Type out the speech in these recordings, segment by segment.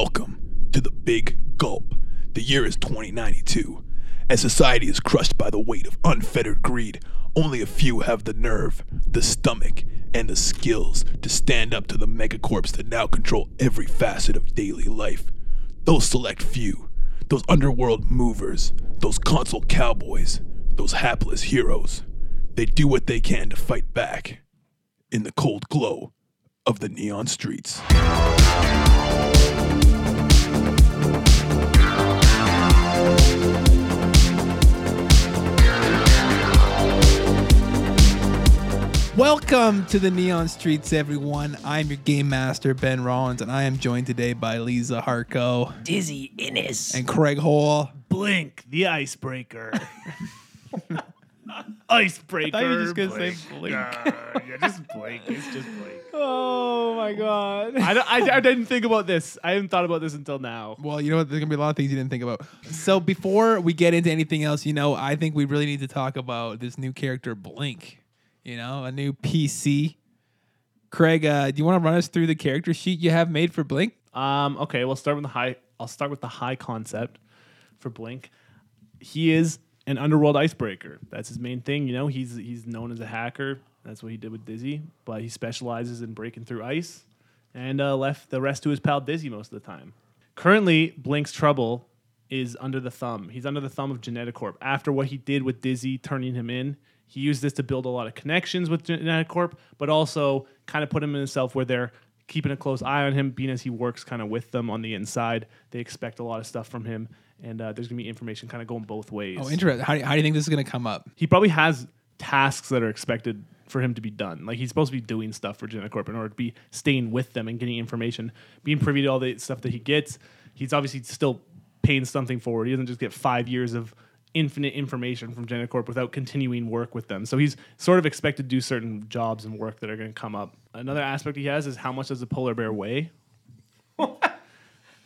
Welcome to the Big Gulp. The year is 2092. As society is crushed by the weight of unfettered greed, only a few have the nerve, the stomach, and the skills to stand up to the megacorps that now control every facet of daily life. Those select few, those underworld movers, those console cowboys, those hapless heroes, they do what they can to fight back in the cold glow of the neon streets. Welcome to the Neon Streets, everyone. I'm your game master, Ben Rollins, and I am joined today by Lisa Harco Dizzy Innes. and Craig Hall. Blink, the icebreaker. I icebreaker. thought you were just gonna say blink. Uh, yeah, just blink. It's just blink. Oh my god! I, don't- I, I didn't think about this. I hadn't thought about this until now. Well, you know what? There's gonna be a lot of things you didn't think about. So before we get into anything else, you know, I think we really need to talk about this new character, Blink. You know, a new PC. Craig, uh, do you want to run us through the character sheet you have made for Blink? Um, okay, we'll start with the high. I'll start with the high concept for Blink. He is an underworld icebreaker. That's his main thing. You know, he's he's known as a hacker. That's what he did with Dizzy, but he specializes in breaking through ice, and uh, left the rest to his pal Dizzy most of the time. Currently, Blink's trouble is under the thumb. He's under the thumb of Geneticorp. After what he did with Dizzy turning him in, he used this to build a lot of connections with Geneticorp, but also kind of put him in himself where they're keeping a close eye on him, being as he works kind of with them on the inside. They expect a lot of stuff from him, and uh, there's going to be information kind of going both ways. Oh, interesting. How do, how do you think this is gonna come up? he probably has tasks that are expected for him to be done. Like he's supposed to be doing stuff for Geneticorp in order to be staying with them and getting information, being privy to all the stuff that he gets. He's obviously still paying something forward. He doesn't just get five years of infinite information from Geneticorp without continuing work with them. So he's sort of expected to do certain jobs and work that are going to come up. Another aspect he has is how much does a polar bear weigh?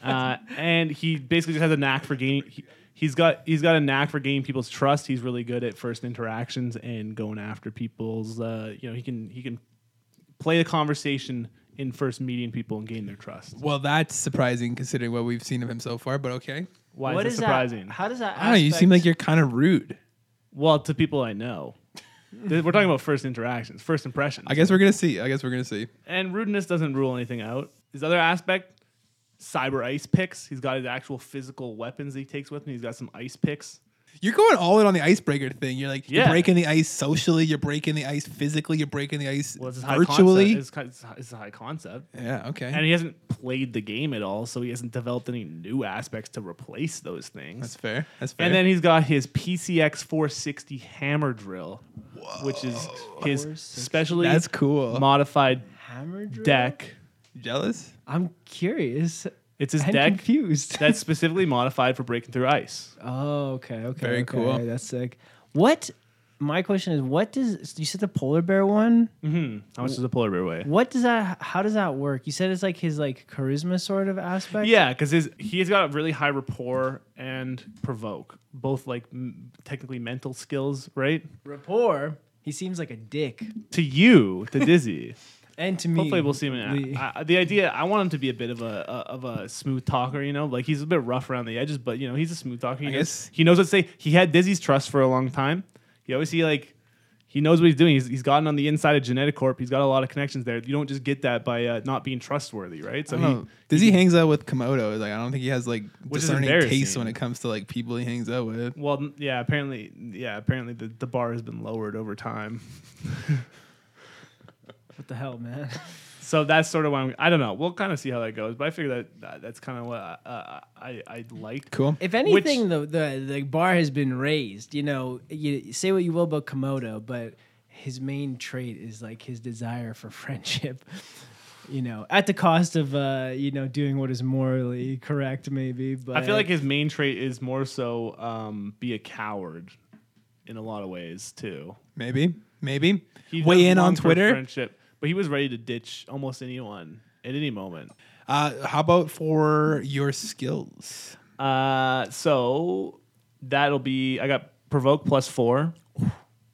uh, and he basically just has a knack for gaining. He, he's got he's got a knack for gaining people's trust. He's really good at first interactions and going after people's. Uh, you know, he can he can play the conversation in first meeting people and gain their trust. Well, that's surprising considering what we've seen of him so far. But okay, Why What is is that surprising? that? How does that? I don't know. You seem aspect- like you're kind of rude. well, to people I know. Th- We're talking about first interactions, first impressions. I guess we're gonna see. I guess we're gonna see. And rudeness doesn't rule anything out. His other aspect, cyber ice picks. He's got his actual physical weapons he takes with him. He's got some ice picks. You're going all in on the icebreaker thing. You're like you're Yeah. breaking the ice socially, you're breaking the ice physically, you're breaking the ice Well, it's his high virtually. concept. It's ki- It's, high- it's a high concept. yeah, okay. And he hasn't played the game at all, so he hasn't developed any new aspects to replace those things. that's fair. That's fair. and then he's got his PCX 460 hammer drill, which is his 460. specially that's cool. modified hammer drill? deck. Jealous? I'm curious. It's his I'm deck confused. that's specifically modified for breaking through ice. oh, okay, okay. Very okay, cool. That's sick. What? My question is, what does you said the polar bear one? How much does a polar bear weigh? What does that? How does that work? You said it's like his like charisma sort of aspect. Yeah, because his he's got really high rapport and provoke, both like m- technically mental skills, right? Rapport. He seems like a dick, To you, to Dizzy. and to me, Hopefully, we'll see him. In, I, I- the idea, I want him to be a bit of a, a of a smooth talker. You know, like he's a bit rough around the edges, but you know, he's a smooth talker. He, knows, guess- he knows what to say. He had Dizzy's trust for a long time. He always he like he knows what he's doing. He's, he's gotten on the inside of Geneticorp. He's got a lot of connections there. You don't just get that by uh, not being trustworthy, right? So I don't know. Dizzy hangs out with Komodo. Like I don't think he has like Which is discerning tastes embarrassing. when it comes to like people he hangs out with. Well, n- yeah, apparently, yeah, apparently the, the bar has been lowered over time. what the hell, man? So that's sort of why I'm, I don't know. We'll kind of see how that goes, but I figure that, that that's kind of what I, uh, I I liked. Cool. If anything, the, the the bar has been raised. You know, you say what you will about Komodo, but his main trait is like his desire for friendship. You know, at the cost of uh, you know doing what is morally correct, maybe. But I feel like his main trait is more so um, be a coward in a lot of ways too. Maybe. Maybe. He Weigh does in on long for Twitter. friendship, but he was ready to ditch almost anyone at any moment. Uh, how about for your skills? Uh, so that'll be I got provoke plus four.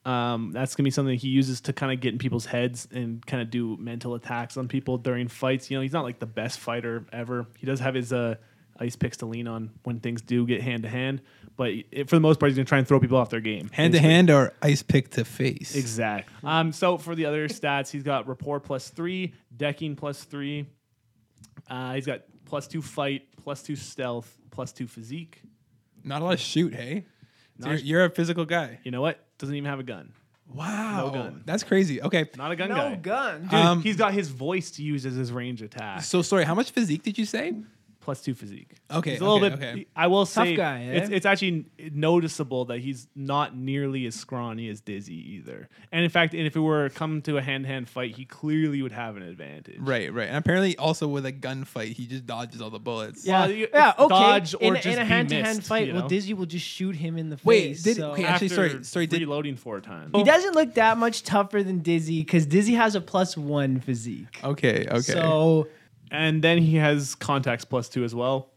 Um, that's gonna be something he uses to kind of get in people's heads and kind of do mental attacks on people during fights. You know, he's not like the best fighter ever. He does have his uh, ice picks to lean on when things do get hand to hand, but it, for the most part, he's gonna try and throw people off their game. Hand to Basically. hand or ice pick to face. Exact. Um, so for the other stats, he's got rapport plus three, decking plus three. Uh, he's got plus two fight, plus two stealth, plus two physique. Not a lot of shoot, hey? So Not- you're, you're a physical guy. You know what? Doesn't even have a gun. Wow. gun. That's crazy. Okay. Not a gun No guy. gun. Dude, Um, he's got his voice to use as his range attack. So sorry, how much physique did you say? plus two physique. Okay, he's a little okay, bit. okay. I will Tough say, guy, eh? it's, it's actually noticeable that he's not nearly as scrawny as Dizzy either. And in fact, and if it were come to a hand to hand fight, he clearly would have an advantage. Right, right. And apparently also with a gunfight, he just dodges all the bullets. Yeah, Well, you- yeah, it's okay. dodge or in, a- just in a be hand-to-hand missed, fight, you well, know? Dizzy will just shoot him in the Wait, face. did- so- okay, Actually, Actually, sorry, sorry, sorry, did- Reloading four times. he doesn't look that much tougher than Dizzy because Dizzy has a plus one physique. Okay, okay. So and then he has contacts plus two as well.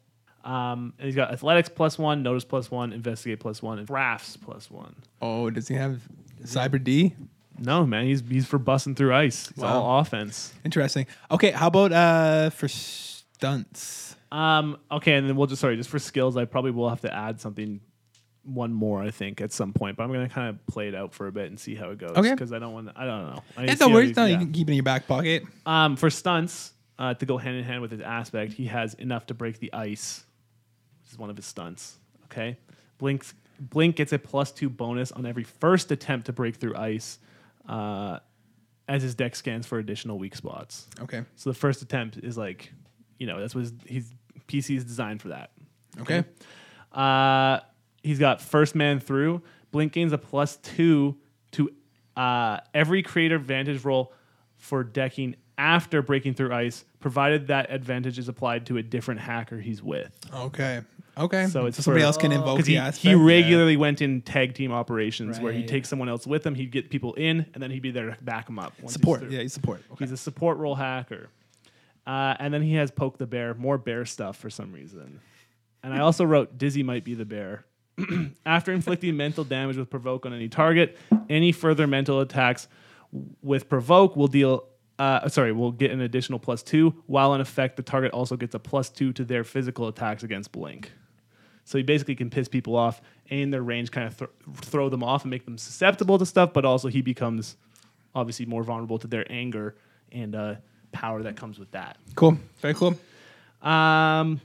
Um, and he's got athletics plus one, notice plus one, investigate plus one, and rafts plus one. oh, does he have Cyber D? No, man, he's he's for busting through ice. It's Wow. all offense. Interesting. Okay, how about uh for stunts? Um, okay, and then we'll just sorry, just for skills, I probably will have to add something one more, I think, at some point. But I'm gonna kind of play it out for a bit and see how it goes. Okay. Because I don't want to I don't know. I need to It's see a how word these- stunt yeah. you can keep it in your back pocket. Um, for stunts, uh, to go hand in hand with his aspect, he has enough to break the ice, which is one of his stunts. Okay, Blink's, Blink gets a plus two bonus on every first attempt to break through ice, uh, as his deck scans for additional weak spots. Okay. So the first attempt is like, you know, that's what his, his PC is designed for that. Okay. Uh, he's got first man through. Blink gains a plus two to uh, every creator advantage roll for decking after breaking through ice, provided that advantage is applied to a different hacker he's with. Okay. Okay. So it's somebody for- else can invoke Because the he, aspect. he regularly went in tag team operations where he'd Right. take someone else with him, he'd get people in, and then he'd be there to back him up. once he's support. through. Yeah, he's support. Okay. He's a support role hacker. Uh, and then he has Poke the Bear, more bear stuff for some reason. And I also wrote Dizzy might be the bear. After inflicting mental damage with Provoke on any target, any further mental attacks with Provoke will deal. Uh, sorry, will get an additional plus two. While in effect, the target also gets a plus two to their physical attacks against Blink. So he basically can piss people off and their range, kind of thro- throw them off and make them susceptible to stuff. But also, he becomes obviously more vulnerable to their anger and uh, power that comes with that. Cool. Very cool. Um,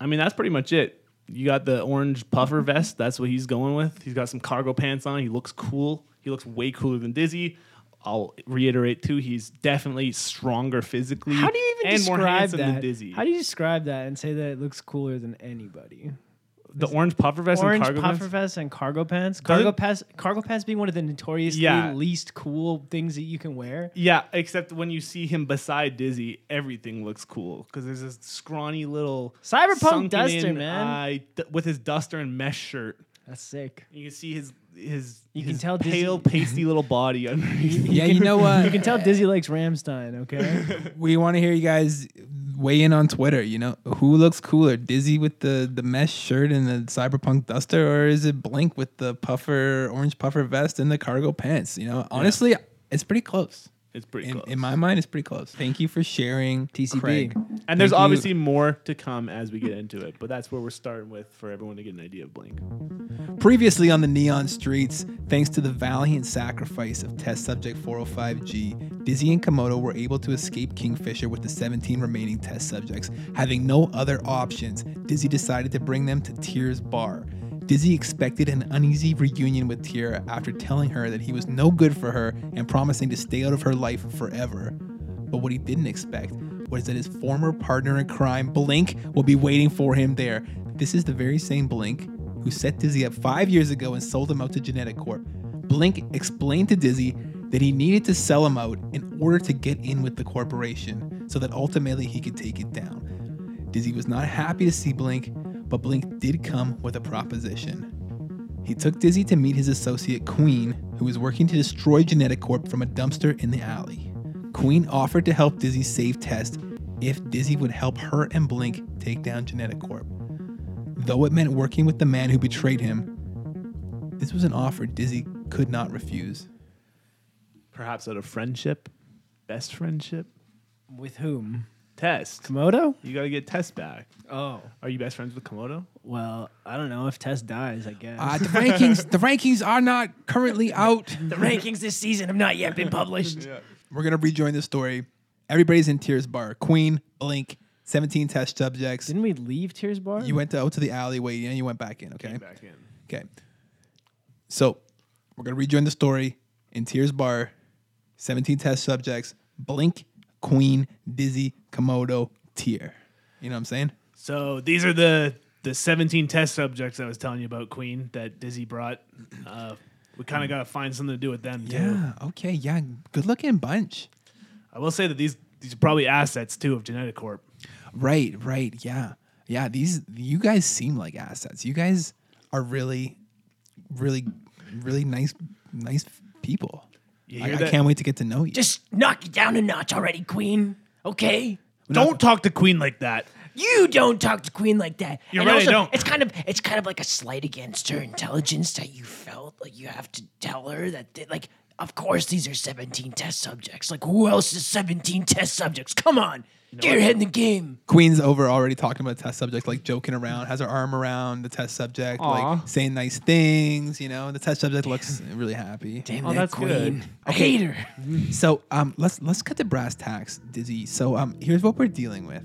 I mean, that's pretty much it. You got the orange puffer Mm-hmm. vest. That's what he's going with. He's got some cargo pants on. He looks cool. He looks way cooler than Dizzy. I'll reiterate too. He's definitely stronger physically. how do you even and describe more handsome that? than Dizzy. How do you describe that and say that it looks cooler than anybody? the orange puffer vest Orange and cargo puffer pants. vest and cargo pants. Cargo Doesn't- pants. Cargo pants being one of the notoriously Yeah. least cool things that you can wear. Yeah, except when you see him beside Dizzy, everything looks cool because there's this scrawny little Cyberpunk sunken duster, in man. eye d- with his duster and mesh shirt. That's sick. You can see his his You his can tell Dizzy- pale, pasty little body underneath. Yeah, you know what? You can tell Dizzy likes Ramstein. Okay. we want to hear you guys weigh in on Twitter. You know, who looks cooler, Dizzy with the the mesh shirt and the cyberpunk duster, or is it Blink with the puffer orange puffer vest and the cargo pants? You know, honestly, it's pretty close. It's pretty In, close. in my mind, it's pretty close. Thank you for sharing, TCB. Craig. and there's Thank you. obviously more to come as we get into it, but that's where we're starting with for everyone to get an idea of Blink. Previously on the Neon Streets, thanks to the valiant sacrifice of Test Subject 405G, Dizzy and Komodo were able to escape Kingfisher with the 17 remaining test subjects. Having no other options, Dizzy decided to bring them to Tyr's bar. Dizzy expected an uneasy reunion with Tyr after telling her that he was no good for her and promising to stay out of her life forever. But what he didn't expect was that his former partner in crime, Blink, will be waiting for him there. This is the very same Blink who set Dizzy up five years ago and sold him out to Genetic Corp. Blink explained to Dizzy that he needed to sell him out in order to get in with the corporation so that ultimately he could take it down. Dizzy was not happy to see Blink, but Blink did come with a proposition. He took Dizzy to meet his associate Queen, who was working to destroy Genetic Corp from a dumpster in the alley. Queen offered to help Dizzy save Test if Dizzy would help her and Blink take down Genetic Corp. Though it meant working with the man who betrayed him, this was an offer Dizzy could not refuse. Perhaps out of friendship, best friendship. With whom? Test. Komodo? You gotta get Test back. Oh, Are you best friends with Komodo? well, I don't know if Tess dies. I guess Uh, the rankings, the rankings are not currently out. the rankings this season have not yet been published. We're gonna rejoin the story. Everybody's in tears bar. Queen, Blink, 17 test subjects. Didn't we leave Tears Bar? You went to, out to the alleyway and you went back in. Okay. Back in. Okay. So we're gonna rejoin the story in Tears Bar, 17 test subjects, Blink, Queen, Dizzy, Komodo, Tear. You know what I'm saying? So these are the the 17 test subjects I was telling you about, Queen, that Dizzy brought. Uh, we kind of got to find something to do with them, too. Okay. Yeah. Good looking bunch. I will say that these these are probably assets, too, of Geneticorp. Right, right. Yeah. Yeah. These, you guys seem like assets. You guys are really, really, really nice, nice people. You I, hear I that? can't wait to get to know you. Just knock it down a notch already, Queen. Okay. Don't talk to Queen like that. You don't talk to Queen like that. You're right, I don't. It's kind of it's kind of like a slight against her intelligence that you felt like you have to tell her that th- like of course these are 17 test subjects. Like who else is 17 test subjects? Come on. get your head in the game. Queen's over already talking about test subject, like joking around, has her arm around the test subject, Aw. like saying nice things, you know. The test subject looks really happy. Damn Oh, that that's queen. good. I hate her. So um let's let's cut the brass tacks, Dizzy. So um here's what we're dealing with.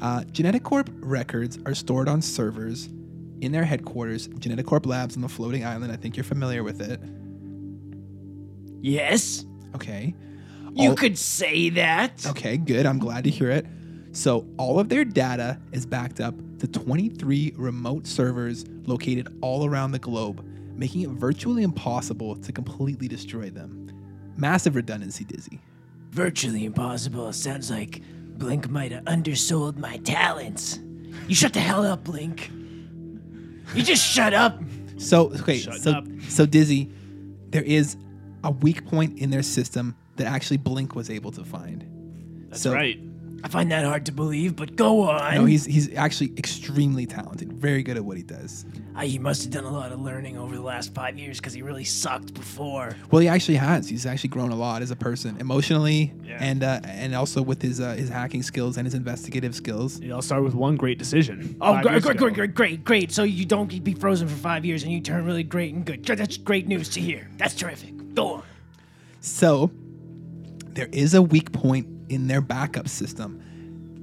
Uh Geneticorp records are stored on servers in their headquarters, Geneticorp Labs on the floating island. I think you're familiar with it. Yes. Okay. You Oh. All- could say that. Okay, good. I'm glad to hear it. So, all of their data is backed up to 23 remote servers located all around the globe, making it virtually impossible to completely destroy them. Massive redundancy, Dizzy. Virtually impossible. Sounds like Blink might have undersold my talents. You shut the hell up, Blink. You just shut up. So, okay, Shut so, up. so Dizzy, there is a weak point in their system that actually Blink was able to find. That's So- right. I find that hard to believe, but go on. No, he's he's actually extremely talented, very good at what he does. Uh, he must have done a lot of learning over the last five years because he really sucked before. Well, he actually has. He's actually grown a lot as a person, emotionally, and uh, and also with his uh, his hacking skills and his investigative skills. It all started with one great decision. Oh, five great, years great, ago. great, great, great, great. So you don't be frozen for five years and you turn really great and good. That's great news to hear. That's terrific. Go on. So there is a weak point in their backup system,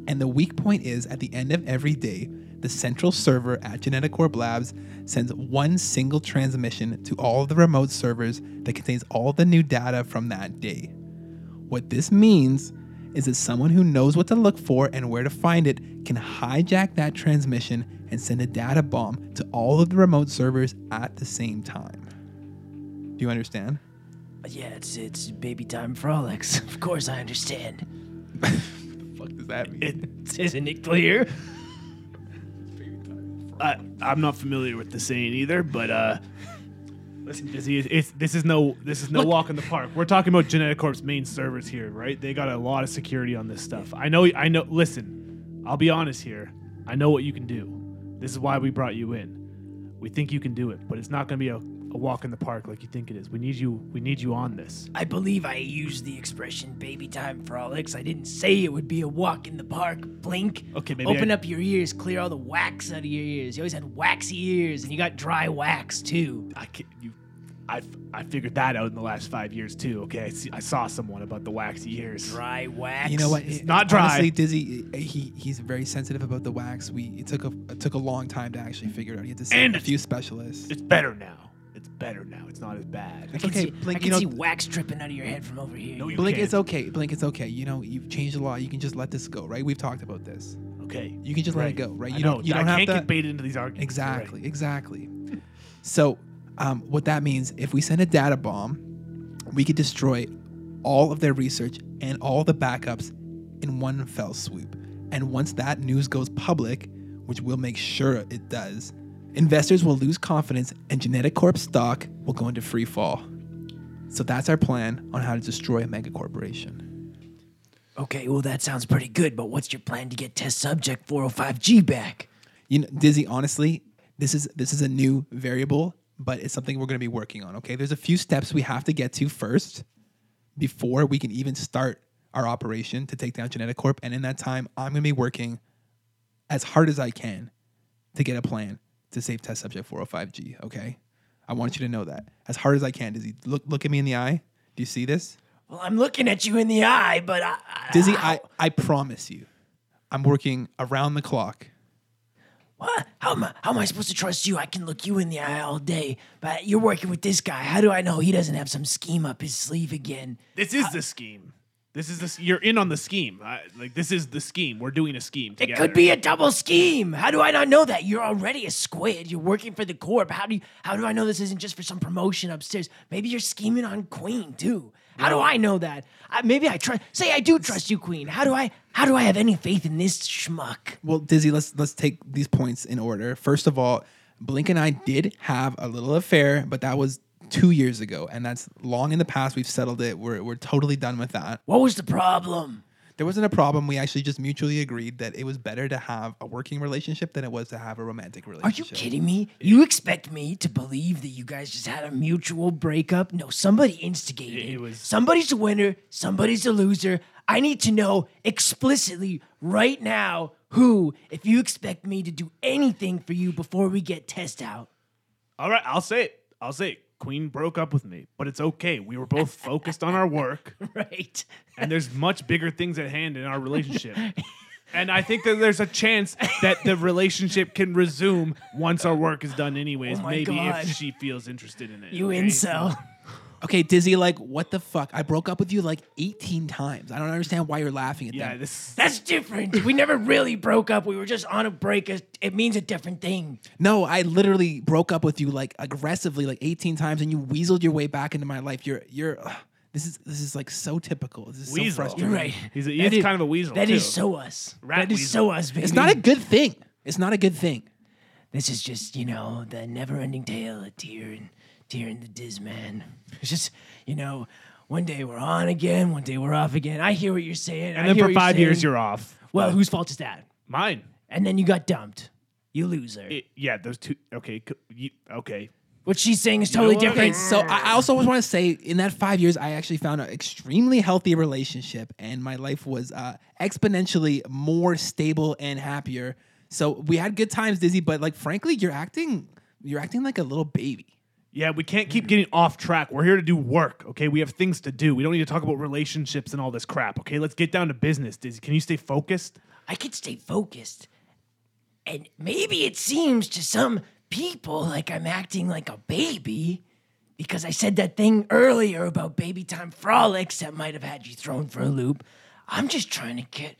and the weak point is at the end of every day, the central server at Geneticorp Labs sends one single transmission to all of the remote servers that contains all the new data from that day. What this means is that someone who knows what to look for and where to find it can hijack that transmission and send a data bomb to all of the remote servers at the same time. Do you understand? But yeah, it's it's baby time frolics. Of course, I understand. What does that mean? Isn't it clear? I, I'm not familiar with the saying either, but uh, listen, Dizzy, it's, it's, this is no this is no walk in the park. We're talking about Geneticorp's main servers here, right? They got a lot of security on this stuff. I know, I know. Listen, I'll be honest here. I know what you can do. This is why we brought you in. We think you can do it, but it's not going to be a, a walk in the park like you think it is. We need you. We need you on this. I believe I used the expression baby time frolics. I didn't say it would be a walk in the park. Blink. Okay, maybe Open I- up your ears, clear all the wax out of your ears. You always had waxy ears, and you got dry wax too. I can you. I, f- I figured that out in the last five years too. Okay, I, see, I saw someone about the waxy ears. Dry wax. You know what? It's It- not dry. Honestly, Dizzy, i- he he's very sensitive about the wax. We it took a it took a long time to actually figure it out. You had to see And a it's- few specialists. It's better now. It's better now. It's not as bad. I can, see, Blink, I you can know, see wax dripping out of your head from over here. No, you Blink, can't. it's okay. Blink, it's okay. You know, you've changed the law. You can just let this go, right? We've talked about this. Okay. You can just let it go, right? You I know. don't. You I don't can't have get to. baited into these arguments. You're right. Exactly. Exactly. So, um, what that means, if we send a data bomb, we could destroy all of their research and all the backups in one fell swoop. And once that news goes public, which we'll make sure it does, investors will lose confidence and Genetic Corp stock will go into free fall. So that's our plan on how to destroy a mega corporation. Okay, well that sounds pretty good. But what's your plan to get test subject 405G back? You know, Dizzy, honestly, this is this is a new variable but it's something we're going to be working on. Okay, there's a few steps we have to get to first before we can even start our operation to take down Genetic Corp. And in that time, I'm going to be working as hard as I can to get a plan to save test subject 405G. Okay, I want you to know that as hard as I can. Dizzy, look look at me in the eye. Do you see this? Well, I'm looking at you in the eye, but I, I, Dizzy, I, I promise you, I'm working around the clock. what? How am I, how am I supposed to trust you? I can look you in the eye all day, but you're working with this guy. How do I know he doesn't have some scheme up his sleeve again? This is the scheme. This is this. You're in on the scheme. I, like this is the scheme. We're doing a scheme It together. could be a double scheme. How do I not know that? You're already a squid. You're working for the corp. How do you, how do I know this isn't just for some promotion upstairs? Maybe you're scheming on Queen too. How do I know that? I, maybe I trust. Say I do trust you, Queen. How do I how do I have any faith in this schmuck? Well, Dizzy, let's let's take these points in order. First of all, Blink and I did have a little affair, but that was two years ago, and that's long in the past. We've settled it. We're we're totally done with that. What was the problem? There wasn't a problem. We actually just mutually agreed that it was better to have a working relationship than it was to have a romantic Are you relationship. kidding me? You expect me to believe that you guys just had a mutual breakup? No, somebody instigated. It- it was- somebody's a winner, somebody's a loser. I need to know explicitly right now who, if you expect me to do anything for you before we get test out. All right, I'll say it. I'll say it. Queen broke up with me, but it's okay. We were both focused on our work, Right. and there's much bigger things at hand in our relationship. And I think that there's a chance that the relationship can resume once our work is done, anyways. Oh my maybe God. if she feels interested in it. You okay? incel. Okay, Dizzy, like what the fuck? I broke up with you like 18 times. I don't understand why you're laughing at Yeah, that. this. That's different. We never really broke up. We were just on a break. It it means a different thing. No, I literally broke up with you like aggressively like 18 times and you weaseled your way back into my life. You're you're ugh, this is this is like so typical. This is so Weasel. frustrating. You're right. He's, a, That he's is- kind of a weasel. That is too. so us. Rat that is weasel. so us, baby. It's not a good thing. It's not a good thing. This is just, you know, the never-ending tale of Tyr and Tyr and the Disman. It's just, you know, one day we're on again, one day we're off again. I hear what you're saying. And then for five years, you're off. well. Whose fault is that? Mine. And then you got dumped. You loser. It- yeah, those two. Okay, co- you, okay. what she's saying is totally know what? Okay, different. so I I also want to say in that five years, I actually found an extremely healthy relationship, and my life was uh, exponentially more stable and happier. So we had good times, Dizzy. But like, frankly, you're acting, you're acting like a little baby. Yeah, we can't keep getting off track. We're here to do work, okay? We have things to do. We don't need to talk about relationships and all this crap, okay? Let's get down to business, Dizzy. Can you stay focused? I could stay focused. And maybe it seems to some people like I'm acting like a baby because I said that thing earlier about baby time frolics that might have had you thrown for a loop. I'm just trying to get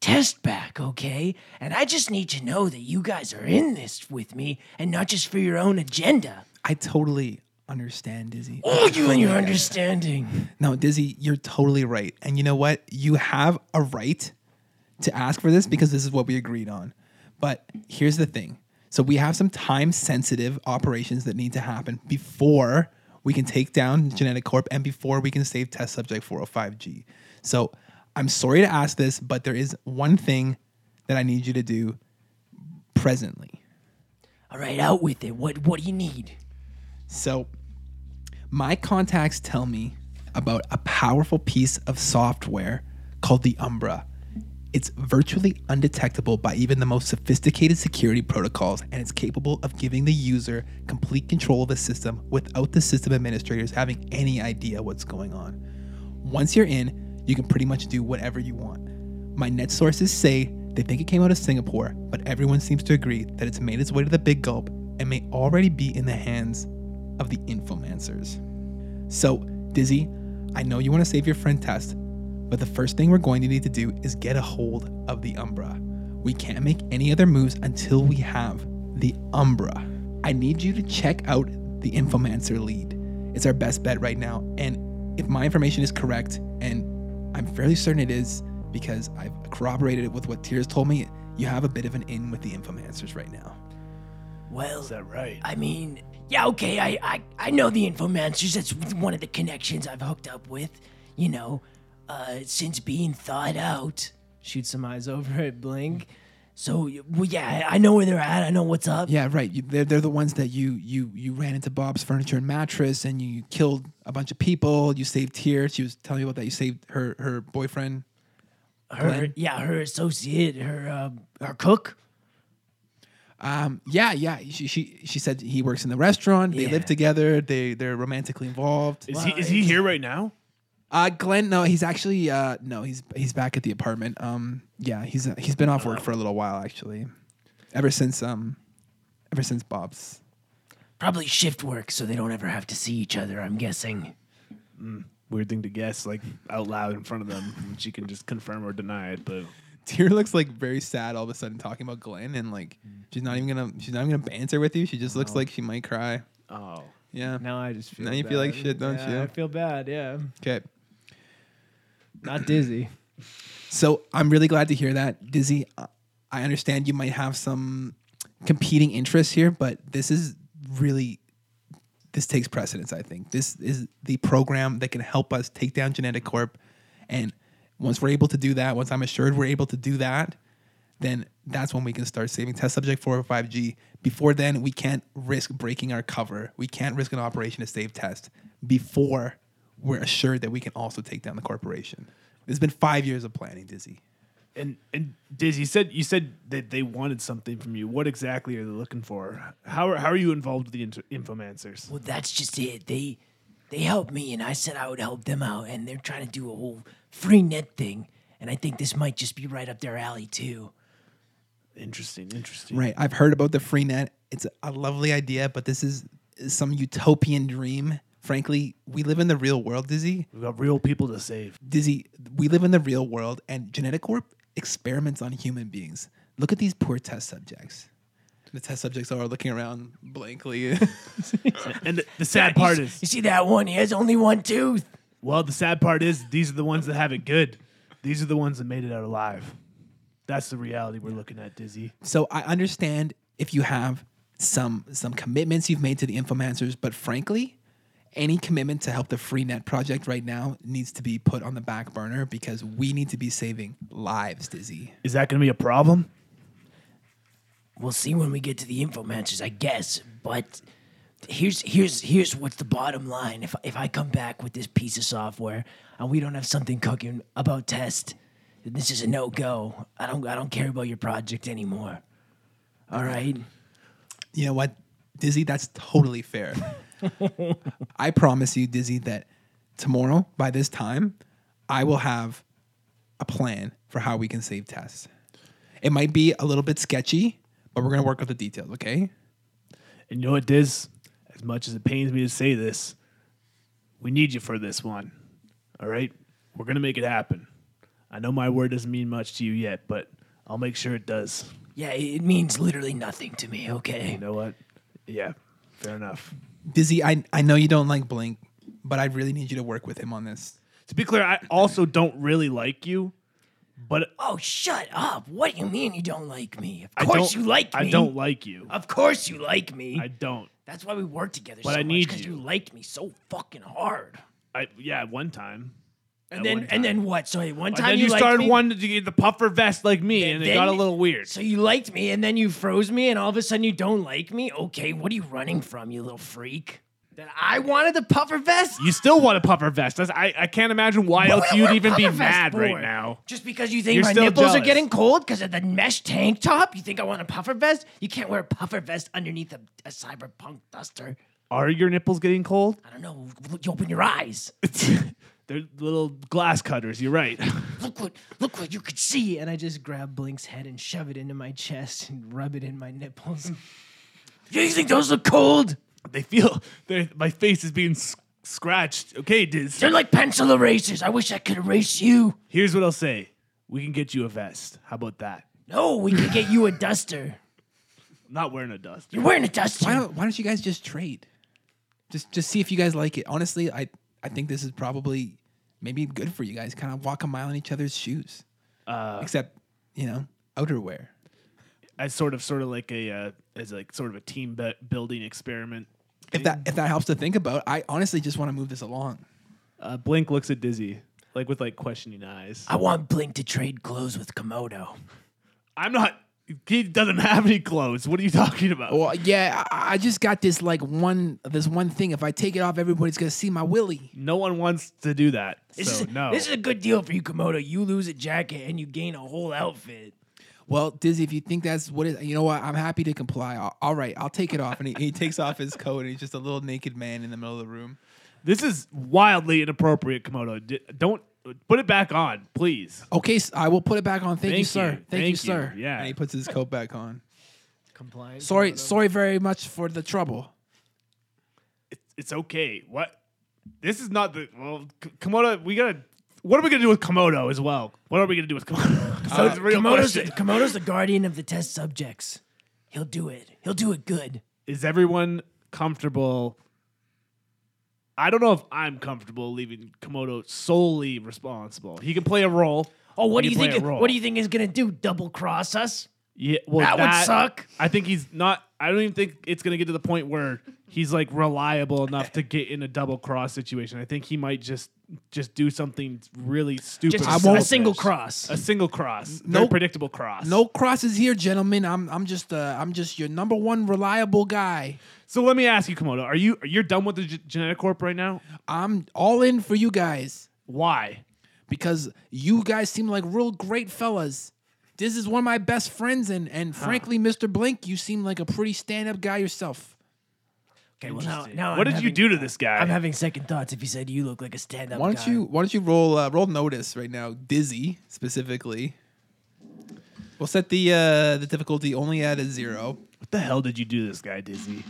test back, okay? And I just need to know that you guys are in this with me and not just for your own agenda. I totally understand, Dizzy. Oh, you and your understanding. No, Dizzy, you're totally right. And you know what? You have a right to ask for this because this is what we agreed on. But here's the thing. So we have some time sensitive operations that need to happen before we can take down Genetic Corp and before we can save test subject 405G. So I'm sorry to ask this, but there is one thing that I need you to do presently. All right, out with it. What what do you need? So, my contacts tell me about a powerful piece of software called the Umbra. It's virtually undetectable by even the most sophisticated security protocols, and it's capable of giving the user complete control of the system without the system administrators having any idea what's going on. Once you're in, you can pretty much do whatever you want. My net sources say they think it came out of Singapore, but everyone seems to agree that it's made its way to the big gulp and may already be in the hands of the infomancers. So, Dizzy, I know you want to save your friend Test, but the first thing we're going to need to do is get a hold of the Umbra. We can't make any other moves until we have the Umbra. I need you to check out the Infomancer lead. It's our best bet right now, and if my information is correct, and I'm fairly certain it is because I've corroborated it with what Tears told me, you have a bit of an in with the Infomancers right now. Well, Is that right? I mean, yeah, okay, I, I, I know the Infomancers. That's one of the connections I've hooked up with, you know, uh, since being thawed out. Shoots some eyes over at Blink. So well, yeah, I know where they're at. I know what's up. Yeah, right. You, they're, they're the ones that you you you ran into Bob's furniture and mattress, and you, you killed a bunch of people. You saved Tear. She was telling you about that. You saved her her boyfriend. her, yeah, her associate, her um, her cook. Um, yeah, yeah. She she she said he works in the restaurant. They live Yeah. together. They they're romantically involved. Is he is he here right now? Uh, Glenn, no, he's actually uh no, he's he's back at the apartment. Um, yeah, he's he's been off work for a little while actually, ever since um, ever since Bob's. Probably shift work, so they don't ever have to see each other. I'm guessing. Weird thing to guess, like out loud in front of them, which you can just confirm or deny it. But Tear looks like very sad all of a sudden talking about Glenn and like she's not even gonna she's not even gonna banter with you. She just looks like she might cry. oh, Yeah. Now I just feel Now you feel like bad. shit, don't Yeah, you? I feel bad, yeah. Okay. Not dizzy. So I'm really glad to hear that, Dizzy. uh, I understand you might have some competing interests here, but this is really this takes precedence. I think this is the program that can help us take down Genetic Corp, and once we're able to do that, once I'm assured we're able to do that, then that's when we can start saving test subject four or five G. Before then, we can't risk breaking our cover. We can't risk an operation to save test before we're assured that we can also take down the corporation. It's been five years of planning, Dizzy. and and Diz, you said you said that they wanted something from you. What exactly are they looking for? How are how are you involved with the inter- infomancers? Well, that's just it. They they helped me, and I said I would help them out, and they're trying to do a whole free net thing. And I think this might just be right up their alley too. Interesting, interesting. Right. I've heard about the free net. It's a lovely idea, but this is is some utopian dream. Frankly, we live in the real world, Dizzy. We've got real people to save. Dizzy, we live in the real world, and Genetic Corp experiments on human beings. Look at these poor test subjects. The test subjects are looking around blankly. And the, the sad part you, s- is, you see that one? He has only one tooth. well, the sad part is these are the ones that have it good. These are the ones that made it out alive. That's the reality we're looking at, Dizzy. So I understand if you have some some commitments you've made to the infomancers, but frankly, any commitment to help the FreeNet project right now needs to be put on the back burner because we need to be saving lives, Dizzy. Is that going to be a problem? We'll see when we get to the info matches, I guess. But here's here's here's what's the bottom line. If if I come back with this piece of software and we don't have something cooking about test, then this is a no go. I don't I don't care about your project anymore. All right. You know what, Dizzy? That's totally fair. I promise you, Dizzy, that tomorrow by this time, I will have a plan for how we can save Tess. It might be a little bit sketchy, but we're gonna work out the details, okay? And you know what, Diz? As much as it pains me to say this, we need you for this one. All right? We're going to make it happen. I know my word doesn't mean much to you yet, but I'll make sure it does. Yeah, it means literally nothing to me. Okay. You know what? Yeah, fair enough. Dizzy, I, I know you don't like Blink, but I really need you to work with him on this. To be clear, I also don't really like you, but Oh, shut up! What do you mean you don't like me? Of I course don't, you like me. I don't like you. Of course you like me. I don't. That's why we work together But so I need because you. you. liked me so fucking hard. I yeah, at one time. And At then one and time. then what? So hey, one And time then you, you, liked started me, wanting to get the puffer vest like me, and, it then- got a little weird. So you liked me, and then you froze me, and all of a sudden you don't like me. Okay, what are you running from, you little freak? That I wanted the puffer vest. you still want a puffer vest. That's, I, I can't imagine why else What you'd were even be puffer vests mad for? right now. Just because you think You're my still nipples are jealous. getting cold because of the mesh tank top, you think I want a puffer vest? You can't wear a puffer vest underneath a, a cyberpunk duster. Are your nipples getting cold? I don't know. Look- You open your eyes. They're little glass cutters. You're right. Look what look what you could see. And And I just grab Blink's head and shove it into my chest and rub it in my nipples. you think those look cold? they feel. They're, my face is being s- scratched. Okay, Diz. They're like pencil erasers. I wish I could erase you. Here's what I'll say. We can get you a vest. How about that? No, we could get you a duster. I'm not wearing a dust. You're wearing a Why duster. don't why don't you guys just trade? Just just see if you guys like it. Honestly, I I think this is probably maybe good for you guys. Kind of walk a mile in each other's shoes. Except, you know, outerwear. As sort of, sort of like a, uh, as like sort of a team bu- building experiment. If that if that helps to think about, I honestly just want to move this along. Uh, Blink looks at Dizzy, like with like questioning eyes. I want Blink to trade clothes with Komodo. I'm not. He doesn't have any clothes. What are you talking about? Well, yeah, I, I just got this like one this one thing. If I take it off, everybody's gonna see my willy. No one wants to do that. This, so is, no. this is a good deal for you, Komodo. You lose a jacket and you gain a whole outfit. Well, Dizzy, if you think that's what it, you know what, I'm happy to comply. All- all right, I'll take it off. And he, he takes off his coat, and he's just a little naked man in the middle of the room. this is wildly inappropriate, Komodo. D- don't put it back on, please. Okay, s- I will put it back on. Thank, you, Thank sir. you. Thank, Thank you, you. sir. Yeah. And he puts his coat back on. Compliance. Sorry, sorry very much for the trouble. It, it's okay. What? This is not the well, K- Komodo. We gotta. What are we gonna do with Komodo as well? What are we gonna do with Komodo? so it's a real Uh, Komodo's the, question. Komodo's the guardian of the test subjects. He'll do it. He'll do it good. is everyone comfortable? I don't know if I'm comfortable leaving Komodo solely responsible. He can play a role. Oh, what He do you can play think? a role. What do you think he's gonna do? Double cross us? Yeah, well, That would suck. I think he's not. I don't even think it's gonna get to the point where he's like reliable enough to get in a double cross situation. I think he might just just do something really stupid. Just and a selfish. single cross. a single cross, No- no predictable cross. No crosses here, gentlemen. I'm I'm just uh, I'm just your number one reliable guy. So let me ask you, Komodo, are you you're done with the G- genetic corp right now? I'm all in for you guys Why? because you guys seem like real great fellas. This is one of my best friends, and and frankly, Mr. Blink, you seem like a pretty stand up guy yourself. Okay, well now, now What I'm did you having- do to this guy? I'm having second thoughts. If he said you look like a stand-up, Why don't guy. you Why don't you roll uh, roll notice right now, Dizzy specifically. We'll set the uh, the difficulty only at a zero. what the hell did you do to this guy, Dizzy?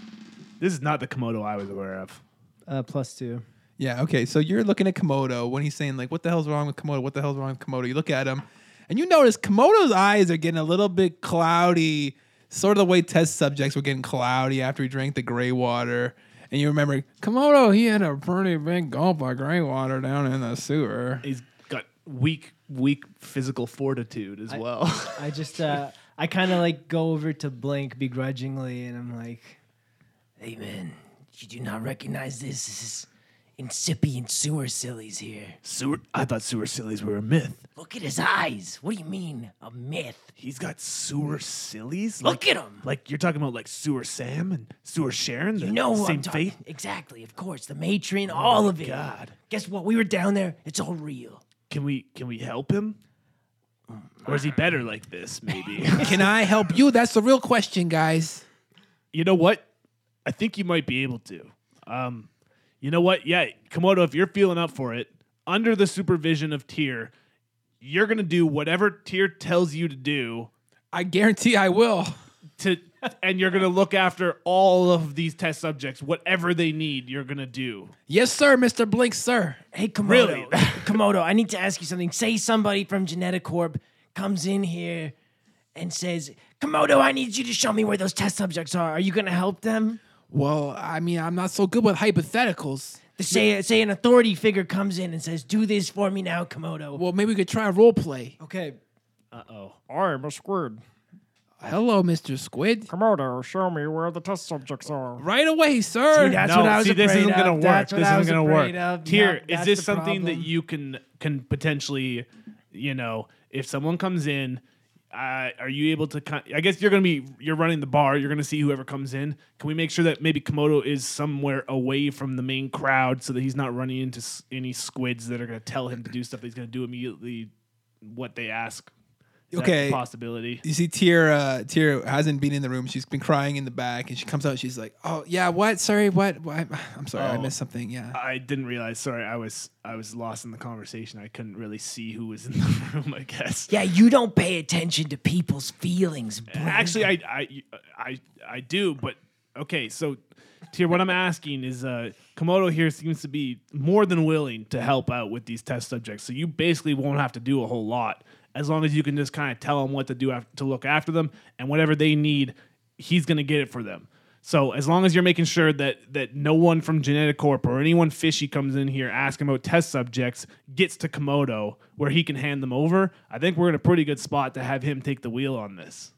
This is not the Komodo I was aware of. Uh, plus two. Yeah, okay. So you're looking at Komodo when he's saying, like, what the hell's wrong with Komodo? What the hell's wrong with Komodo? You look at him and you notice Komodo's eyes are getting a little bit cloudy, sort of the way test subjects were getting cloudy after he drank the gray water. And you remember Komodo, he had a pretty big gulp of gray water down in the sewer. He's got weak weak physical fortitude as well. I just uh, I kind of like go over to Blink begrudgingly, and I'm like, Hey man, you do not recognize this. This is incipient sewer sillies here. sewer, I thought sewer sillies were a myth. Look at his eyes. What do you mean? A myth. He's got sewer sillies. Look like, at him. Like you're talking about like sewer Sam and sewer Sharon. The You know who same I'm talking. fate. Oh Exactly, of course. The matron, all of it. God. Guess what? We were down there. It's all real. Can we can we help him? Or is he better like this? Maybe. Can I help you? That's the real question, guys. you know what? I think you might be able to. Um, you know what? Yeah, Komodo, if you're feeling up for it, under the supervision of Tier, you're gonna do whatever Tier tells you to do. I guarantee I will. To and you're gonna look after all of these test subjects, whatever they need, you're gonna do. Yes, sir, Mr. Blink, sir. Hey, Komodo. Really? Komodo, I need to ask you something. Say somebody from Genetic Corp comes in here and says, Komodo, I need you to show me where those test subjects are. Are you going to help them? Well, I mean, I'm not so good with hypotheticals. Say, say an authority figure comes in and says, Do this for me now, Komodo. Well, maybe we could try role play. okay, Uh oh. I'm a squid. Hello, Mr. Squid. Komodo, show me where the test subjects are. Right away, sir. See, that's no, what I was see, this afraid isn't of. gonna work. That's what this I isn't was gonna work. afraid of. Tier, Yep, is that's this the something that problem. you can can potentially, you know, if someone comes in, uh, are you able to? Con- I guess you're gonna be you're running the bar. You're gonna see whoever comes in. Can we make sure that maybe Komodo is somewhere away from the main crowd so that he's not running into s- any squids that are gonna tell him to do stuff that he's gonna do immediately what they ask. Is that a Okay. possibility. You see, Tier uh, Tier hasn't been in the room. She's been crying in the back, and she comes out. and She's like, "Oh yeah, what? Sorry, what? what? I'm sorry, I Oh. missed something. Yeah, I didn't realize. Sorry, I was I was lost in the conversation. I couldn't really see who was in the room. I guess. Yeah, you don't pay attention to people's feelings. Uh, Blink. Actually, I, I, I, I do, but okay. So, Tier, what I'm asking is, uh, Komodo here seems to be more than willing to help out with these test subjects. So you basically won't have to do a whole lot as long as you can just kind of tell them what to do af to look after them and whatever they need, he's gonna get it for them. So as long as you're making sure that that no one from Genetic Corp or anyone fishy comes in here asking about test subjects gets to Komodo where he can hand them over, I think we're in a pretty good spot to have him take the wheel on this.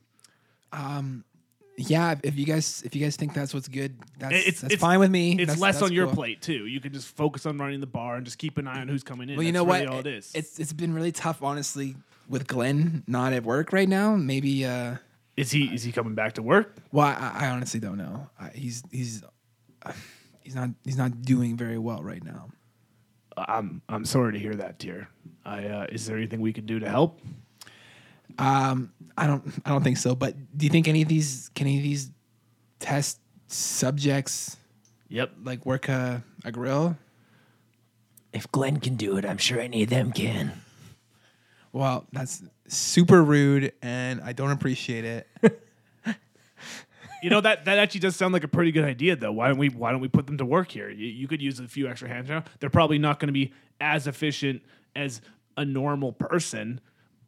yeah. if- If you guys, if you guys think that's what's good, that's it's, that's it's- fine with me. It's That's- less that's on your cool. plate too. You can just focus on running the bar and just keep an eye on who's coming in. Well, you That's know really what? All it is. It's it's been really tough, honestly, with Glenn not at work right now. Maybe uh, Is he is he coming back to work? Well, I, I honestly don't know. I, he's he's he's not he's not doing very well right now. I'm I'm sorry to hear that, dear. I uh, is there anything we could do to help? Um, I don't I don't think so. But do you think any of these can any of these test subjects Yep. like work a, a grill? If Glenn can do it, I'm sure any of them can. Well, that's super rude, and I don't appreciate it. You know that that actually does sound like a pretty good idea, though. Why don't we Why don't we put them to work here? You, you could use a few extra hands around. They're probably not going to be as efficient as a normal person,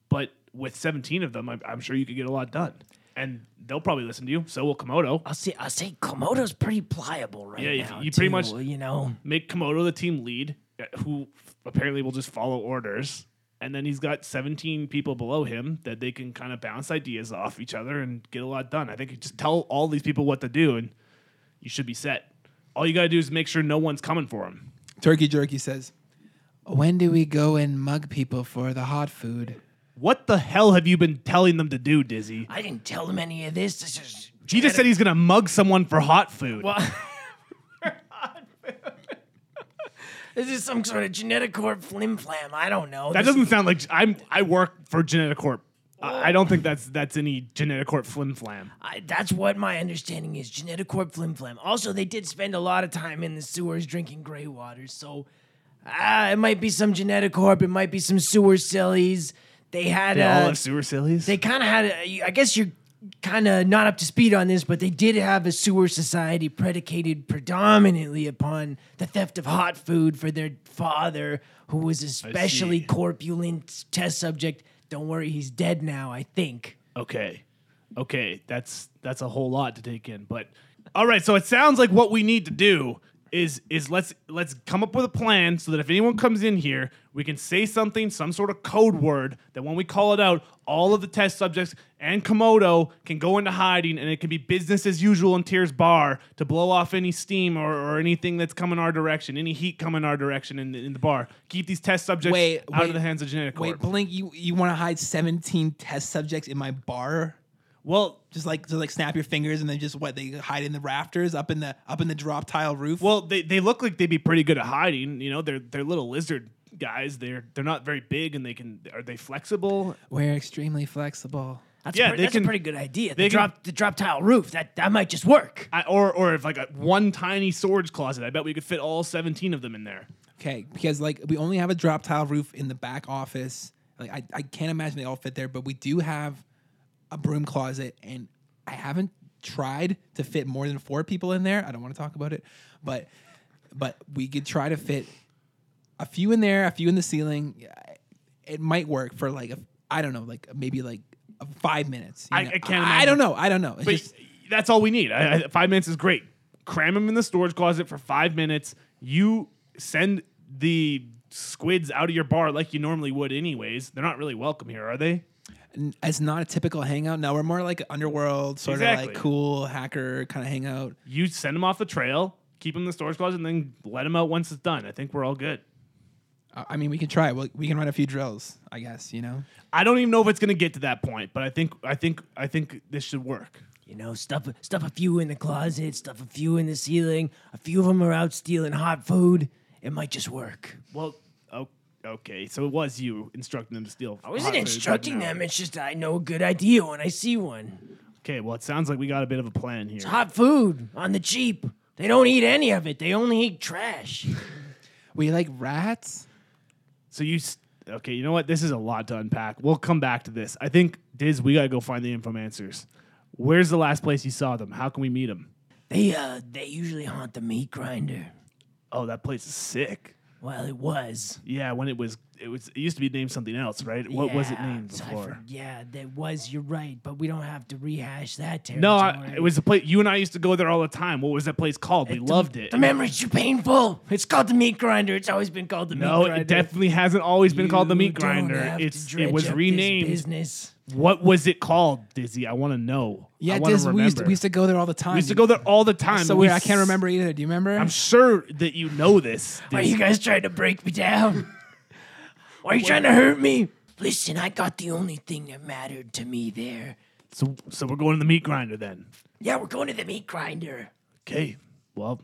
but with 17 of them, I'm, I'm sure you could get a lot done. And they'll probably listen to you. So will Komodo. I'll say, I'll say, Komodo's pretty pliable right Yeah, you- now. you pretty much- too, you know. Make Komodo the team lead, uh, who apparently will just follow orders. And then he's got 17 people below him that they can kind of bounce ideas off each other and get a lot done. I think you just tell all these people what to do, and you should be set. All you got to do is make sure no one's coming for him. Turkey Jerky says, "When do we go and mug people for the hot food?" What the hell have you been telling them to do, Dizzy? I didn't tell them any of this. This is He just said he's gonna mug someone for hot food. this is some sort of genetic or flim flam. I don't know. that This- doesn't sound like I'm. I work for Geneticorp. I, I don't think that's that's any Geneticorp flim flam. I, that's what my understanding is. Geneticorp flim flam. Also, they did spend a lot of time in the sewers drinking gray water, so ah, it might be some Geneticorp. It might be some sewer sillies. They had They all uh, have sewer sillies. they kind of had. A, I guess you're kind of not up to speed on this, but they did have a sewer society predicated predominantly upon the theft of hot food for their father, who was especially see. corpulent test subject. Don't worry, he's dead now. I think. okay, okay, that's that's a whole lot to take in. But all right, so it sounds like what we need to do is is let's let's come up with a plan so that if anyone comes in here, we can say something, some sort of code word that when we call it out, all of the test subjects and Komodo can go into hiding, and it can be business as usual in Tears Bar to blow off any steam or, or anything that's coming our direction, any heat coming our direction in the, in the bar. Keep these test subjects Wait, out wait, of the hands of Genetic Wait, Corp. Blink, you you want to hide seventeen test subjects in my bar? well, Just like to like snap your fingers and then just what they hide in the rafters up in the up in the drop tile roof. Well, they, they look like they'd be pretty good at hiding. You know, they're they're little lizard guys. They're they're not very big, and they can are they flexible? we're extremely flexible. That's, Yeah, pre- they that's can- a pretty good idea. they The can- drop, the drop tile roof, that, that might just work. I, or or if like a one tiny storage closet, I bet we could fit all seventeen of them in there. Okay, because like we only have a drop tile roof in the back office. Like I, I can't imagine they all fit there, but we do have a broom closet, and I haven't tried to fit more than four people in there. I don't want to talk about it, but but we could try to fit a few in there, a few in the ceiling. Yeah, It might work for like a, I don't know, like maybe like five minutes. you I- know? I can't I, I don't know. I don't know. It's But just that's all we need. I, I, five minutes is great. Cram them in the storage closet for five minutes. You send the squids out of your bar like you normally would, anyways. They're not really welcome here, are they? it's not a typical hangout. No, we're more like underworld sort of Exactly. like cool hacker kind of hangout. You send them off the trail, keep them in the storage closet, and then let them out once it's done. I think we're all good. I I mean, we can try. it. We we can run a few drills, I guess. You know. I don't even know if it's going to get to that point, but I think I think I think this should work. You know, stuff, stuff a few in the closet, stuff a few in the ceiling. A few of them are out stealing hot food. It might just work. Well, oh, okay, so it was you instructing them to steal. I wasn't instructing them. It's just I know a good idea when I see one. Okay, well, it sounds like we got a bit of a plan here. Hot food on the cheap. They don't eat any of it. They only eat trash. We like rats. So you, s- okay, you know what? This is a lot to unpack. We'll come back to this. I think Diz, we got to go find the infomancers. Where's the last place you saw them? How can we meet them? They uh, they usually haunt the meat grinder. Oh, that place is sick. Well, it was. Yeah, when it was, it was, it used to be named something else, right? What was it Yeah, named so I before? for- yeah, that was. You're right, but we don't have to rehash that territory. No, I, it was a place you and I used to go there all the time. What was that place called? We loved it. The memory's too painful. It's called the meat grinder. It's always been called the No, meat grinder. it definitely hasn't always been called the You meat don't grinder. have to It's dredge it was up this renamed. Business. What was it called, Dizzy? I want to know. I Yeah, wanna Diz, we used, to, remember. we used to go there all the time. We used to go there all the time. So and we weird. I can't s- remember either. Do you remember? I'm sure that you know this. Why are Dizzy. you guys trying to break me down? Why are you trying to hurt me? Listen, I got the only thing that mattered to me there. So, so we're going to the meat grinder then. Yeah, we're going to the meat grinder. Okay. Well.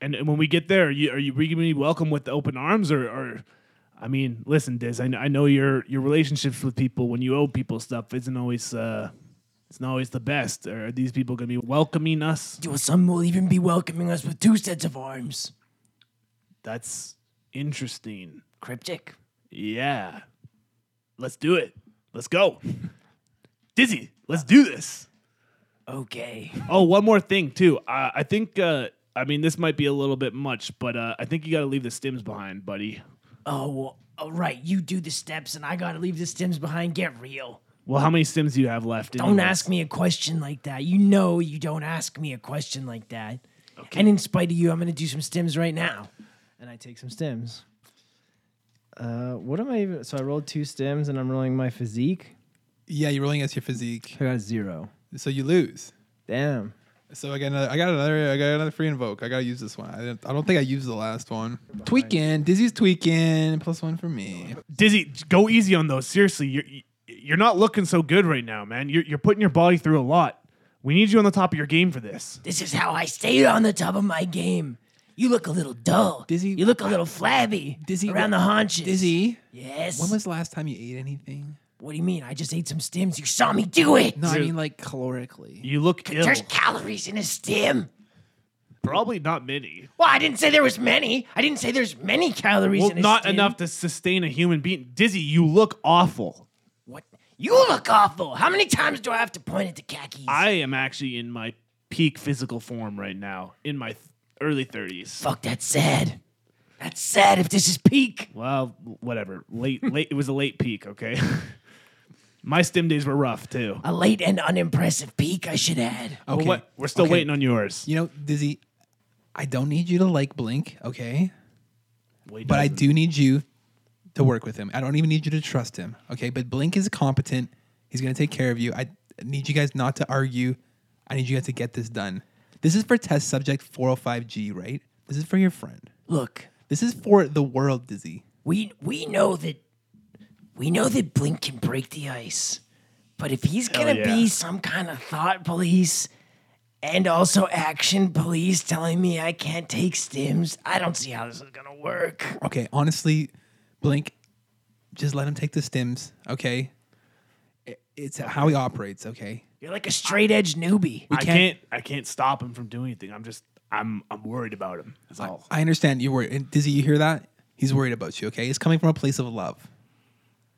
and, and when we get there, you, are you bringing me welcome with open arms, or, or I mean, listen, Diz, I, kn- I know your your relationships with people when you owe people stuff isn't always uh, it's not always the best. Are these people going to be welcoming us? Well, some will even be welcoming us with two sets of arms. That's interesting. Cryptic. Yeah. Let's do it. Let's go. Dizzy, let's do this. Okay. Oh, one more thing too. I, I think uh, I mean this might be a little bit much, but uh, I think you got to leave the stims behind, buddy. Oh, well, all right. You do the steps, and I gotta leave the stems behind. Get real. Well, how many stims do you have left? Mm-hmm. Don't ask me a question like that. You know you don't ask me a question like that. And in spite of you, I'm gonna do some stems right now. and I take some stems. Uh, what am I even? So I rolled two stems, and I'm rolling my physique. Yeah, you're rolling against your physique, I got a zero. so you lose. Damn. So I got another. I got another. I got another free invoke. I gotta use this one. I, didn't, I don't think I used the last one. Tweaking. Dizzy's tweaking. Plus one for me. Dizzy, go easy on those. Seriously, you're you're not looking so good right now, man. You're you're putting your body through a lot. We need you on the top of your game for this. This is how I stay on the top of my game. You look a little dull. Dizzy- You look a little flabby. Dizzy, Around the haunches. Dizzy. Yes. When was the last time you ate anything? what do you mean? I just ate some stems. You saw me do it. No, I mean like calorically. You look ill. There's calories in a stem. Probably not many. Well, I didn't say there was many. I didn't say there's many calories Well, in a not stem. enough to sustain a human being. Dizzy, you look awful. What? You look awful. How many times do I have to point at the khakis? I am actually in my peak physical form right now, in my th- early 30s. Fuck, that's sad. That's sad if this is peak. Well, uh, whatever. Late, late. It was a late peak. Okay. my stim days were rough too. A late and unimpressive peak, I should add. Okay. But what? We're still Okay. waiting on yours. You know, Dizzy. I don't need you to like Blink, okay? Wait, But I Mm. doesn't- do need you to work with him. I don't even need you to trust him, okay? But Blink is competent. He's gonna take care of you. I need you guys not to argue. I need you guys to get this done. This is for test subject 405G, right? This is for your friend. Look, This is for the world, Dizzy. we we know that we know that Blink can break the ice. But if he's gonna yeah. be some kind of thought police and also action police telling me I can't take stims, I don't see how this is gonna work. Okay, honestly, Blink, just let him take the stims, okay? I- It's how he operates, okay? You're like a straight edge newbie. I can't. I can't stop him from doing anything. I'm just. I'm. I'm worried about him. That's all. I understand you were and Dizzy, you hear that? He's worried about you, okay? It's coming from a place of love.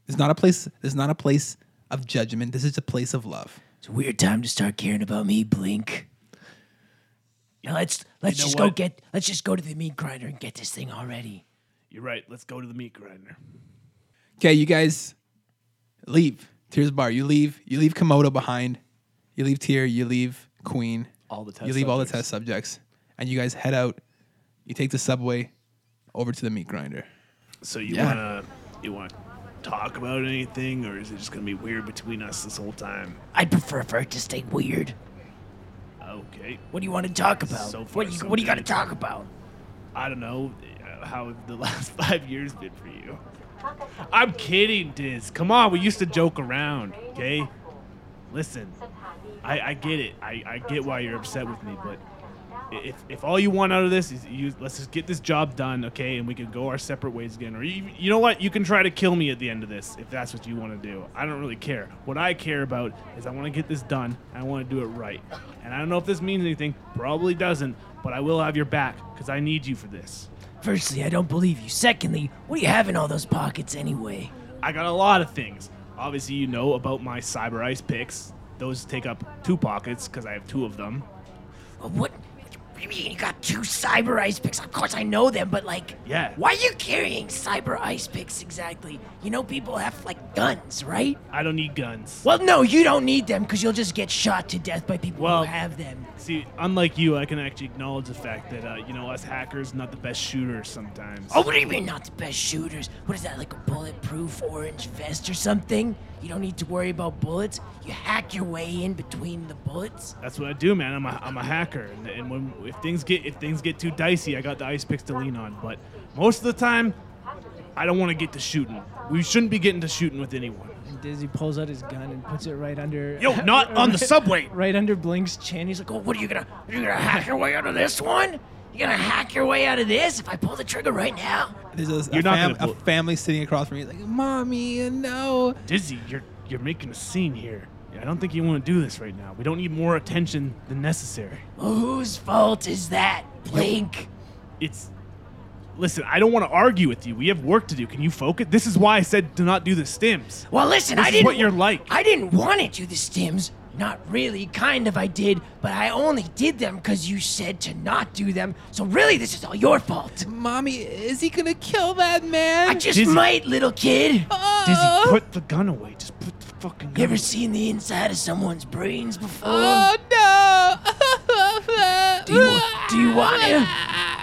It's not a place it's not a place of judgment. This is a place of love. It's a weird time to start caring about me, Blink. Now let's let's know just go what? get let's just go to the meat grinder and get this thing already. You're right. Let's go to the meat grinder. Okay, you guys leave. Tears bar, you leave. You leave Komodo behind. You leave Tier, you leave Queen. All the test. you leave all the subjects. test subjects and you guys head out. You take the subway over to the meat grinder. So you Yeah. wanna. You wanna talk about anything, or is it just gonna be weird between us this whole time? I'd prefer for it to stay weird. Okay. What do you want to talk about? So far, what you so what do you got to good. talk about? I don't know uh, how have the last five years been for you. I'm kidding, Diz. Come on, we used to joke around, okay? Listen, I, I get it. I, I get why you're upset with me, but i- if, if all you want out of this is you, let's just get this job done, okay, and we can go our separate ways again. Or you, you know what? You can try to kill me at the end of this if that's what you want to do. I don't really care. What I care about is I want to get this done. I want to do it right. And I don't know if this means anything. Probably doesn't. But I will have your back because I need you for this. Firstly, I don't believe you. Secondly, what do you have in all those pockets anyway? I got a lot of things. Obviously, you know about my cyber ice picks. Those take up two pockets because I have two of them. Well, what? What do you mean you got two cyber ice picks? Of course I know them, but like, Yeah. Why are you carrying cyber ice picks exactly? You know people have like guns, right? I don't need guns. Well, no, you don't need them because you'll just get shot to death by people Well- who have them. See, unlike you, I can actually acknowledge the fact that uh, you know us hackers not the best shooters sometimes. Oh, what do you mean not the best shooters? What is that, like a bulletproof orange vest or something? You don't need to worry about bullets. You hack your way in between the bullets. That's what I do, man. I'm a, I'm a hacker, and, and when if things get if things get too dicey, I got the ice picks to lean on. But most of the time, I don't want to get to shooting. We shouldn't be getting to shooting with anyone. Dizzy pulls out his gun and puts it right under. Yo, not on the subway. Right under Blink's chin. He's like, Go, "Oh, what are you gonna? You're gonna hack your way out of this one? You're gonna hack your way out of this? If I pull the trigger right now, There's a, You're a, not fam- gonna pull- a family sitting across from me, like, "Mommy, no." Dizzy, you're you're making a scene here. I don't think you want to do this right now. We don't need more attention than necessary. whose fault is that? Blink. It's listen. I don't want to argue with you. We have work to do. Can you focus? This is why I said do not do the stims. Well, listen, I is didn't. what you're like. I didn't want to do the stims. Not really. Kind of, I did, but I only did them because you said to not do them. So really, this is all your fault. Mommy, is he gonna kill that man? I just Dizzy. might, little kid. Dizzy, Oh, put the gun away. Just put the fucking You gun. ever away. seen the inside of someone's brains before? oh no! do, you, do you want to?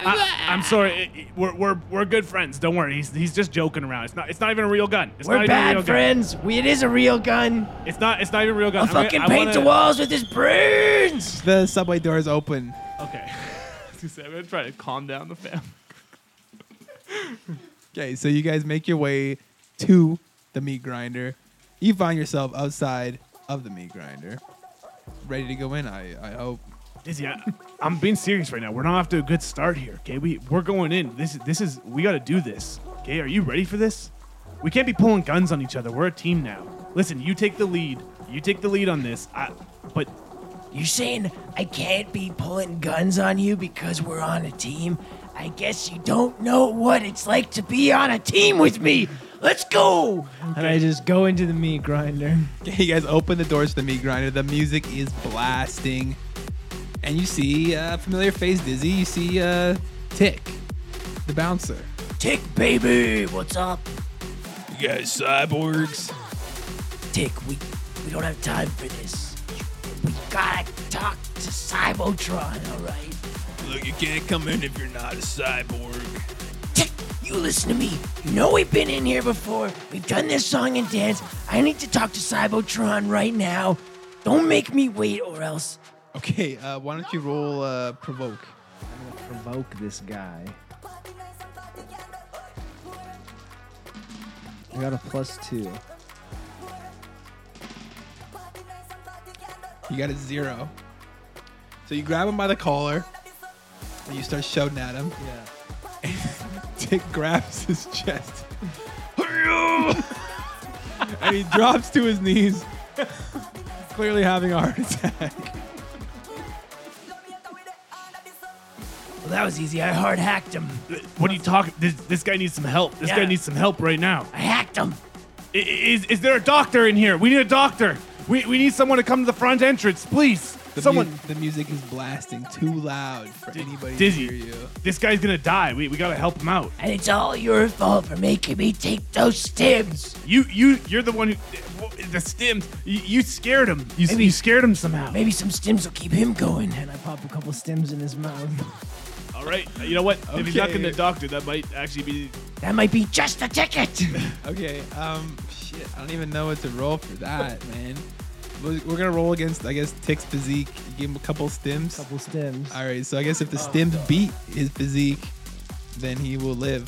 I, I'm sorry. i- i- we're, we're we're good friends. Don't worry. He's he's just joking around. It's not it's not even a real gun. It's not We're even a real bad friends. We, it is a real gun. gun. It's not it's not even a real gun. I'll I'm gonna- fucking I paint wanna- the walls with his brains. The subway door is open. Okay. I was gonna say, I'm gonna try to calm down the family. Okay, so you guys make your way to the meat grinder. You find yourself outside of the meat grinder, ready to go in. I I hope. Dizzy, I, I'm being serious right now. We're not off to a good start here. Okay, we we're going in. This is this is we got to do this. Okay, are you ready for this? We can't be pulling guns on each other. We're a team now. Listen, you take the lead. You take the lead on this. I, but You're saying I can't be pulling guns on you because we're on a team? I guess you don't know what it's like to be on a team with me. Let's go. and I just go into the meat grinder. Okay, you guys open the doors to the meat grinder. The music is blasting, and you see uh, familiar face Dizzy. You see uh, Tick, the bouncer. Tick, baby. What's up? You guys cyborgs? Tick, we we don't have time for this. We gotta talk to Cybotron, all right? Look, you can't come in if you're not a cyborg. Tick, you listen to me. You know we've been in here before. We've done this song and dance. I need to talk to Cybotron right now. Don't make me wait, or else. Okay, uh, why don't you roll uh, provoke? Provoke this guy. I got a plus two. You got a zero. So you grab him by the collar, and you start shouting at him. Yeah. Dick grabs his chest. and he drops to his knees, clearly having a heart attack. Well, that was easy. I hard hacked him. what are you talking? This, this guy needs some help. This guy Yeah. needs some help right now. I hacked him. I- Is, is there a doctor in here? We need a doctor. We, we need someone to come to the front entrance, please. The mu- someone. the music is blasting too loud for anybody Dizzy. to hear you. this guy's gonna die. We, we gotta help him out. And it's all your fault for making me take those stims. You you you're the one who the stims. You, you scared him. You, you scared him somehow. Maybe some stims will keep him going. And I pop a couple stems in his mouth. All right. You know what? If he's not Okay. gonna doctor, that might actually be. That might be just the ticket. Okay, um, shit, I don't even know what to roll for that, man. We're, we're gonna roll against, I guess, Tick's physique. You give him a couple stims. Couple stems. All right, so I guess if the stims beat his physique, then he will live.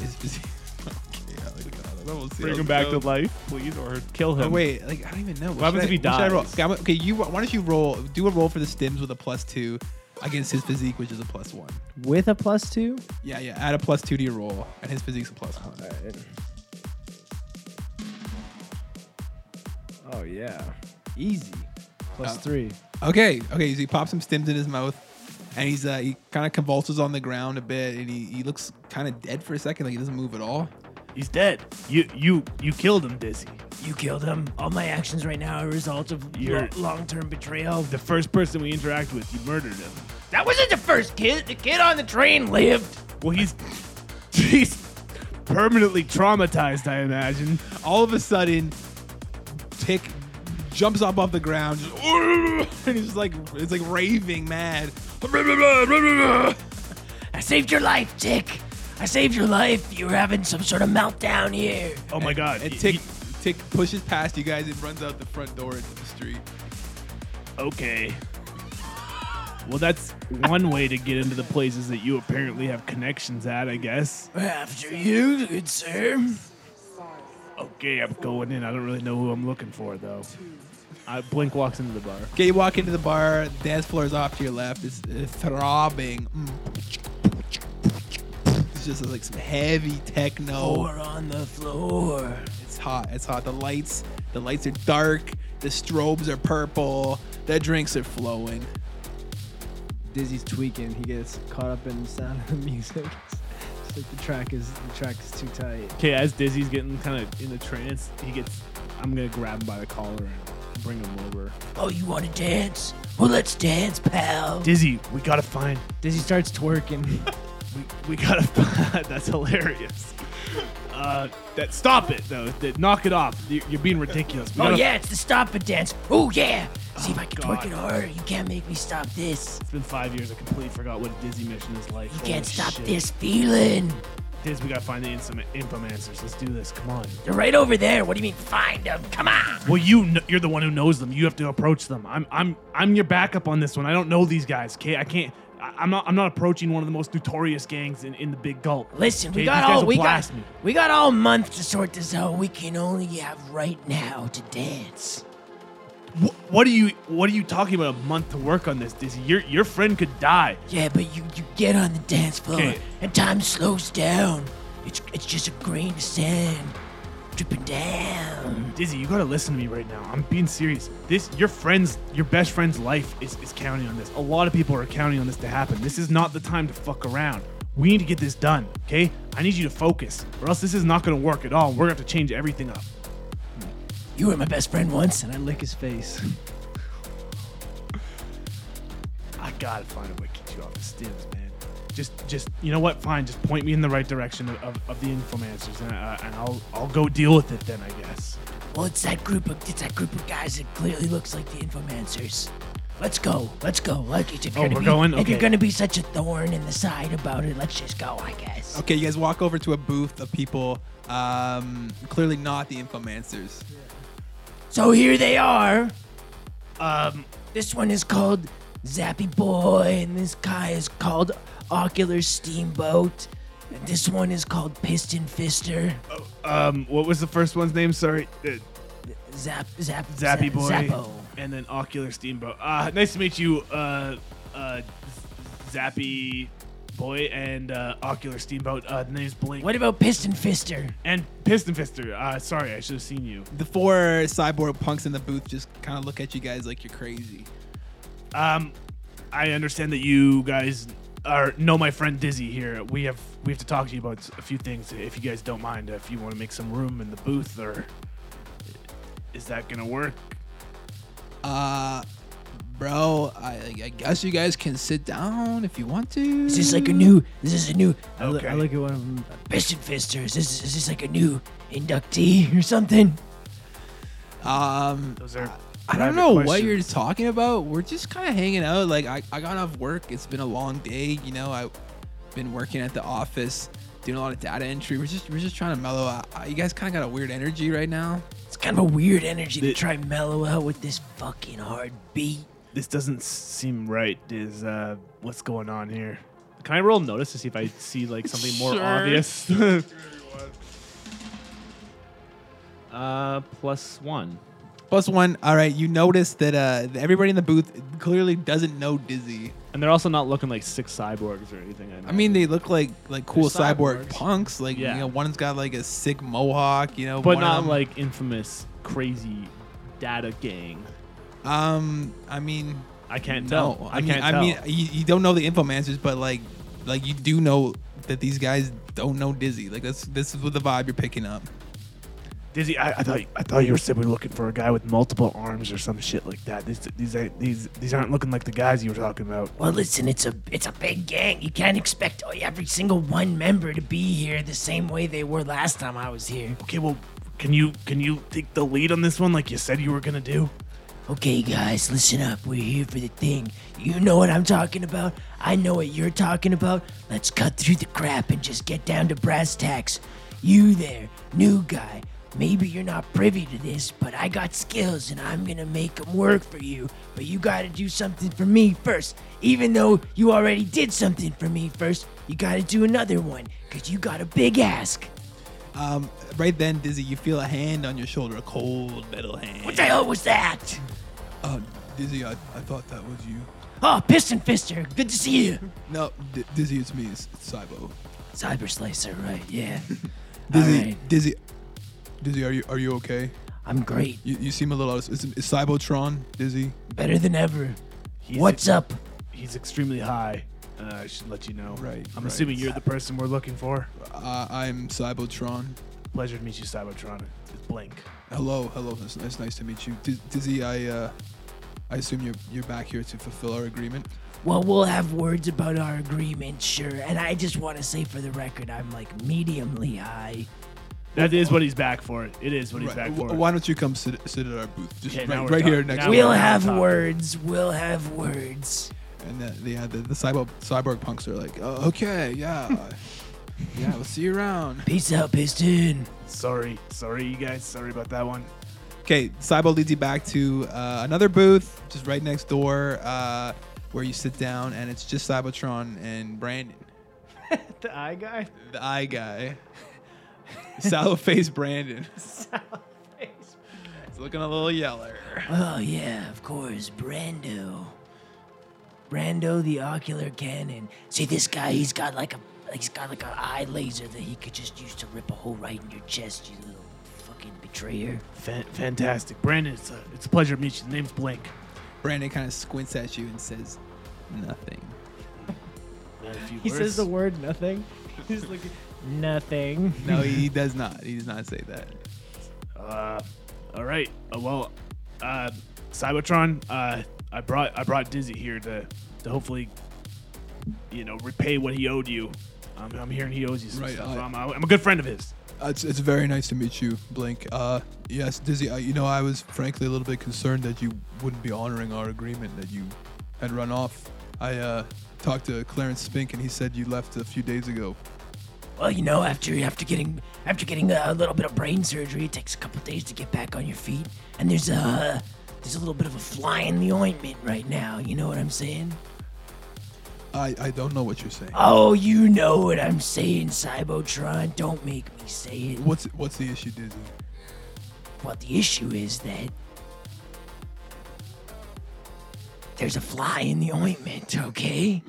his physique. Okay, I like that. That will see how Bring him it back goes. to life, please, or kill Oh, him. wait, like I don't even know. What, happens should if he I, what should I roll? dies? Okay, I'm- okay, you. Why don't you roll? Do a roll for the stims with a plus two against his physique, which is a plus one. With a plus two? Yeah, yeah. Add a plus two to your roll, and his physique's a plus one. Oh, yeah. Easy. Plus Oh. three. Okay, okay. So he pops some stims in his mouth, and he's uh, he kind of convulses on the ground a bit, and he, he looks kind of dead for a second, like he doesn't move at all. He's dead. You you you killed him, Dizzy. You killed him. All my actions right now are a result of You're- long term betrayal. The first person we interact with, you murdered him. That wasn't the first kid. The kid on the train lived. Well, he's he's permanently traumatized. I imagine. All of a sudden, Tick jumps up off the ground, just, and he's like it's like raving mad. I saved your life, Tick. I saved your life. You were having some sort of meltdown here. Oh my God. And Y- Tick y- Tick pushes past you guys and runs out the front door into the street. okay. Well, that's one way to get into the places that you apparently have connections at, I guess. After you, good sir. Okay, I'm going in. I don't really know who I'm looking for though. I, Blink walks into the bar. Okay, you walk into the bar. Dance floor is off to your left. It's, it's throbbing. Mm. It's just like some heavy techno. Or on the floor. It's hot. It's hot. The lights, the lights are dark. The strobes are purple. The drinks are flowing. Dizzy's tweaking. He gets caught up in the sound of the music. It's like the track is the track is too tight. Okay, as Dizzy's getting kind of in the trance, he gets. I'm gonna grab him by the collar and bring him over. Oh, you want to dance? Well, let's dance, pal. Dizzy, we gotta find. Dizzy starts twerking. We, we gotta find. That's hilarious. Uh, that stop it though. That knock it off. You're, you're being ridiculous. We Oh, gotta- yeah, it's the stop it dance. Oh, yeah. See if I can God. twerk it harder. You can't make me stop this. It's been five years. I completely forgot what a Dizzy mission is like. You can't stop this feeling. Diz, we gotta find the instant infomancers. Let's do this. Come on. They're right over there. What do you mean, find them? Come on. Well, you kn- you're the one who knows them. You have to approach them. I'm I'm I'm your backup on this one. I don't know these guys. Okay, I can't. I, I'm not I'm not approaching one of the most notorious gangs in, in the Big Gulp. Listen, we Okay, got these guys all will we got. blast me. We got all month to sort this out. We can only have right now to dance. Wh- what are you What are you talking about? A month to work on this, Dizzy. Your your friend could die. Yeah, but you, you get on the dance floor Okay. and time slows down. It's it's just a grain of sand dripping down. Dizzy, you gotta listen to me right now. I'm being serious. This your friend's your best friend's life is, is counting on this. A lot of people are counting on this to happen. This is not the time to fuck around. We need to get this done, okay? I need you to focus, or else this is not gonna work at all. We're gonna have to change everything up. You were my best friend once, and I lick his face. I gotta find a way to get you off the stims, man. Just, just you know what? Fine, just point me in the right direction of, of, of the infomancers, and, uh, and I'll I'll go deal with it then, I guess. Well, it's that group of it's that group of guys that clearly looks like the Infomancers. Let's go. Let's go. Like if you're Oh, gonna we're be, going? If you're Okay. gonna be such a thorn in the side about it, let's just go. I guess. Okay, you guys walk over to a booth of people, um, clearly not the infomancers. So here they are. Um, This one is called Zappy Boy, and this guy is called Ocular Steamboat. And this one is called Piston Fister. um, what was the first one's name? Sorry, uh, Zap, zap, Zappy zap- Boy, Zappo. and then Ocular Steamboat. Uh, nice to meet you, uh, uh, Z- Zappy Boy and uh, Ocular Steamboat. Uh, the name's Blink. What about Piston Fister? And Piston Fister. Uh, sorry, I should have seen you. The four cyborg punks in the booth just kind of look at you guys like you're crazy. Um, I understand that you guys are know my friend Dizzy here. We have we have to talk to you about a few things. If you guys don't mind, if you want to make some room in the booth, or is that gonna work? Uh, bro, I, I guess you guys can sit down if you want to. Is this like a new? Is this a new? uh, I, look, I Okay. look at one of them. Piston Fister. Is this, is this like a new inductee or something? Um, Those are. I don't private know what questions. you're talking about. We're just kind of hanging out. Like I, I got off work. It's been a long day. You know, I've been working at the office, doing a lot of data entry. We're just we're just trying to mellow out. Uh, You guys kind of got a weird energy right now. It's kind of a weird energy to try mellow out with this fucking hard beat. This doesn't seem right. Is uh, what's going on here? Can I roll notice to see if I see like something more obvious? uh, plus one. Plus one. All right, you notice that uh, that everybody in the booth clearly doesn't know Dizzy. And they're also not looking like six cyborgs or anything. I mean, they look like like cool They're cyborg cyborgs. punks. Like Yeah. you know, one's got like a sick mohawk. You know, one but of not them- like infamous crazy data gang. Um, I mean, I can't no. tell. I, mean, can't I tell. mean, you, you don't know the infomancers, but like, like you do know that these guys don't know Dizzy. Like that's this is what the vibe you're picking up. Dizzy, I, I thought I thought you were simply looking for a guy with multiple arms or some shit like that. These these ain't- these these aren't looking like the guys you were talking about. Well, listen, it's a it's a big gang. You can't expect every single one member to be here the same way they were last time I was here. Okay, well, can you can you take the lead on this one like you said you were gonna do? Okay, guys, listen up. We're here for the thing. You know what I'm talking about. I know what you're talking about. Let's cut through the crap and just get down to brass tacks. You there, new guy. Maybe you're not privy to this, but I got skills and I'm gonna make them work for you. But you gotta do something for me first. Even though you already did something for me first, you gotta do another one, cause you got a big ask. Um, right then, Dizzy, you feel a hand on your shoulder, a cold metal hand. What the hell was that? Uh, Dizzy, I, I thought that was you. Oh, Piston Fister, good to see you. No, D- Dizzy, it's me. It's, it's Cybo. Cyber Slicer, right? Yeah. Dizzy, right. Dizzy, Dizzy, are you are you okay? I'm great. You, you seem a little out. Of, is, is Cybotron Dizzy? Better than ever. What's up? He's extremely high. Uh, I should let you know. Right, I'm right. assuming you're the person we're looking for. Uh, I'm Cybotron. Pleasure to meet you, Cybertron. It's Blink. Hello, hello. It's, it's nice to meet you, Diz- Dizzy. I uh, I assume you're you're back here to fulfill our agreement. Well, we'll have words about our agreement, sure. And I just want to say for the record, I'm like mediumly high. That is what he's back for. It is what he's Right. back w- for. why don't you come sit sit at our booth, just Okay, now right, we're right here talking. next Now to We'll we're on have top. words. We'll have words. And the, the, the, the cyborg, cyborg punks are like, oh, okay, yeah. yeah, we'll see you around. Peace out, Piston. Sorry, sorry, you guys. Sorry about that one. Okay, cyborg leads you back to uh, another booth, just right next door, uh, where you sit down, and it's just Cybotron and Brandon, The eye guy. the eye guy. Sallow face Brandon. Sallow face. He's looking a little yeller. Oh, yeah, of course. Brando. Brando the ocular cannon. See, this guy, he's got like a. like, He's got like an eye laser that he could just use to rip a hole right in your chest, you little fucking betrayer. Fan- fantastic, Brandon. It's a, it's a pleasure to meet you. The name's Blink. Brandon kind of squints at you and says, nothing. Not a few He words. says the word nothing. He's like nothing. No, he does not. He does not say that. Uh, all right. Uh, well, uh, Cybertron, uh, I brought I brought Dizzy here to to hopefully, you know, repay what he owed you. I'm, I'm hearing he owes you some Right, stuff. I- I'm, I'm a good friend of his. Uh, It's, it's very nice to meet you, Blink. Uh, yes, Dizzy, I, you know, I was frankly a little bit concerned that you wouldn't be honoring our agreement, that you had run off. I uh, talked to Clarence Spink, and he said you left a few days ago. Well, you know, after after getting after getting a little bit of brain surgery, it takes a couple days to get back on your feet. And there's a there's a little bit of a fly in the ointment right now. You know what I'm saying? I, I don't know what you're saying. Oh, you know what I'm saying, Cybotron. Don't make me say it. What's what's the issue, Dizzy? Well, the issue is that there's a fly in the ointment. Okay.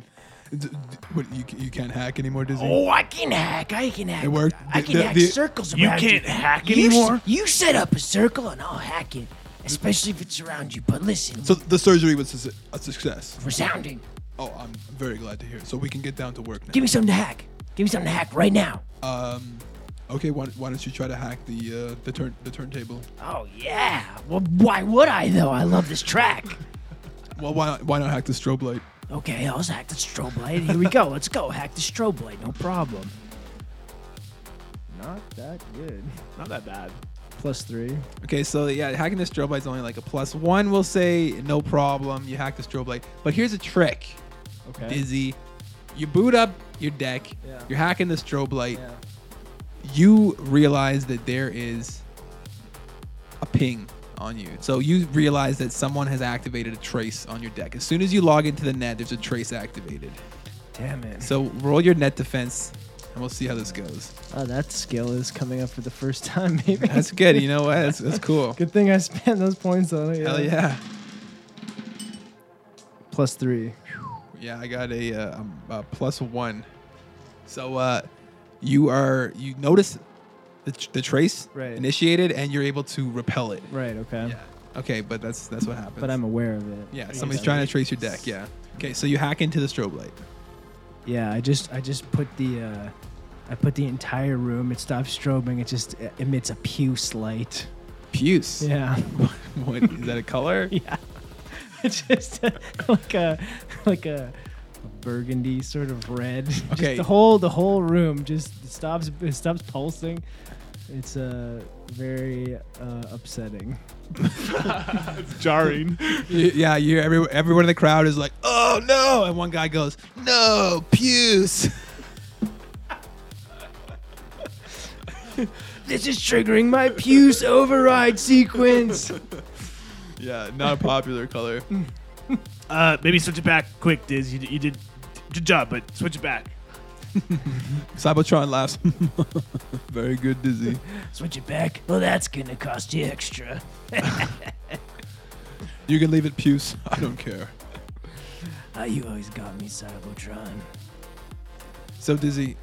D- d- what, you, you can't hack anymore, Dizzy? Oh, I can hack. I can hack. It worked. I The- can the- hack the- circles You around can't hack You s- anymore? You, set up a circle and I'll hack it, especially if it's around you. But listen, So the surgery was a su- a success. resounding. Oh, I'm very glad to hear. it. So we can get down to work now. Give me something to hack. Give me something to hack right now. Um, okay, why, why don't you try to hack the uh, the turn the turntable? Oh yeah. Well, why would I though? I love this track. Well, why not, why not hack the strobe light? Okay, I'll hack the strobe light. Here we go. Let's go. Hack the strobe light. No problem. Not that good. Not that bad. Plus three. Okay, so yeah, hacking the strobe light is only like a plus one. We'll say no problem. You hack the strobe light, but here's a trick, Okay. Dizzy. You boot up your deck. Yeah. You're hacking the strobe light. Yeah. You realize that there is a ping on you. So you realize that someone has activated a trace on your deck. As soon as you log into the net, there's a trace activated. Damn it. So roll your net defense, and we'll see how this goes. Oh, that skill is coming up for the first time, maybe. That's good. You know what? That's, that's cool. Good thing I spent those points on it. Hell yeah. Plus three. Yeah, I got a, uh, um, a plus one. So uh, you are you notice the, tr- the trace Right. initiated, and you're able to repel it. Right. Okay. Yeah. Okay, but that's that's what happens. But I'm aware of it. yeah. Somebody's trying to trace your deck. Yeah. Okay, so you hack into the strobe light. Yeah. I just I just put the uh, I put the entire room. It stops strobing. It just uh, emits a puce light. Puce. Yeah. what is that? A color? yeah. It's just uh, like a like a burgundy sort of red. Just Okay. the whole the whole room just stops it stops pulsing. It's uh, very uh, upsetting. Jarring. Y- yeah. You're every, everyone in the crowd is like, oh no, and one guy goes, no, puce. This is triggering my puce override sequence. yeah, not a popular color. Uh, maybe switch it back quick, Diz. You, you did good job, but switch it back. Cybertron laughs. Very good, Dizzy. Switch it back. Well, that's gonna cost you extra. You can leave it, Puce. I don't care. Ah, you always got me, Cybotron. So, Dizzy,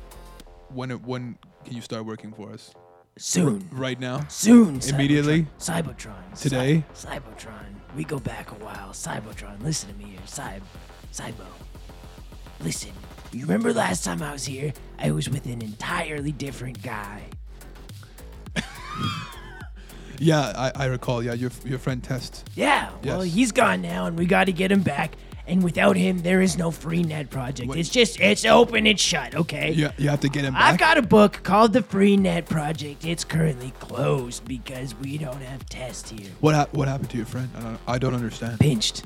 when it, when can you start working for us? Soon. Right now? Soon. Immediately? Cybotron. Cybotron. Today? Cy- Cybotron. We go back a while. Cybotron, listen to me here. Cyb. Cybo. Listen. You remember last time I was here? I was with an entirely different guy. Yeah, I, I recall. Yeah, your your friend Test. Yeah, well, Yes. he's gone now, and we got to get him back. And without him, there is no free net project. What- It's just it's open, it's shut. Okay. Yeah, you have to get him back. I've got a book called The Free Net Project. It's currently closed because we don't have tests here. what hap what happened to your friend? I don't, I don't understand. Pinched,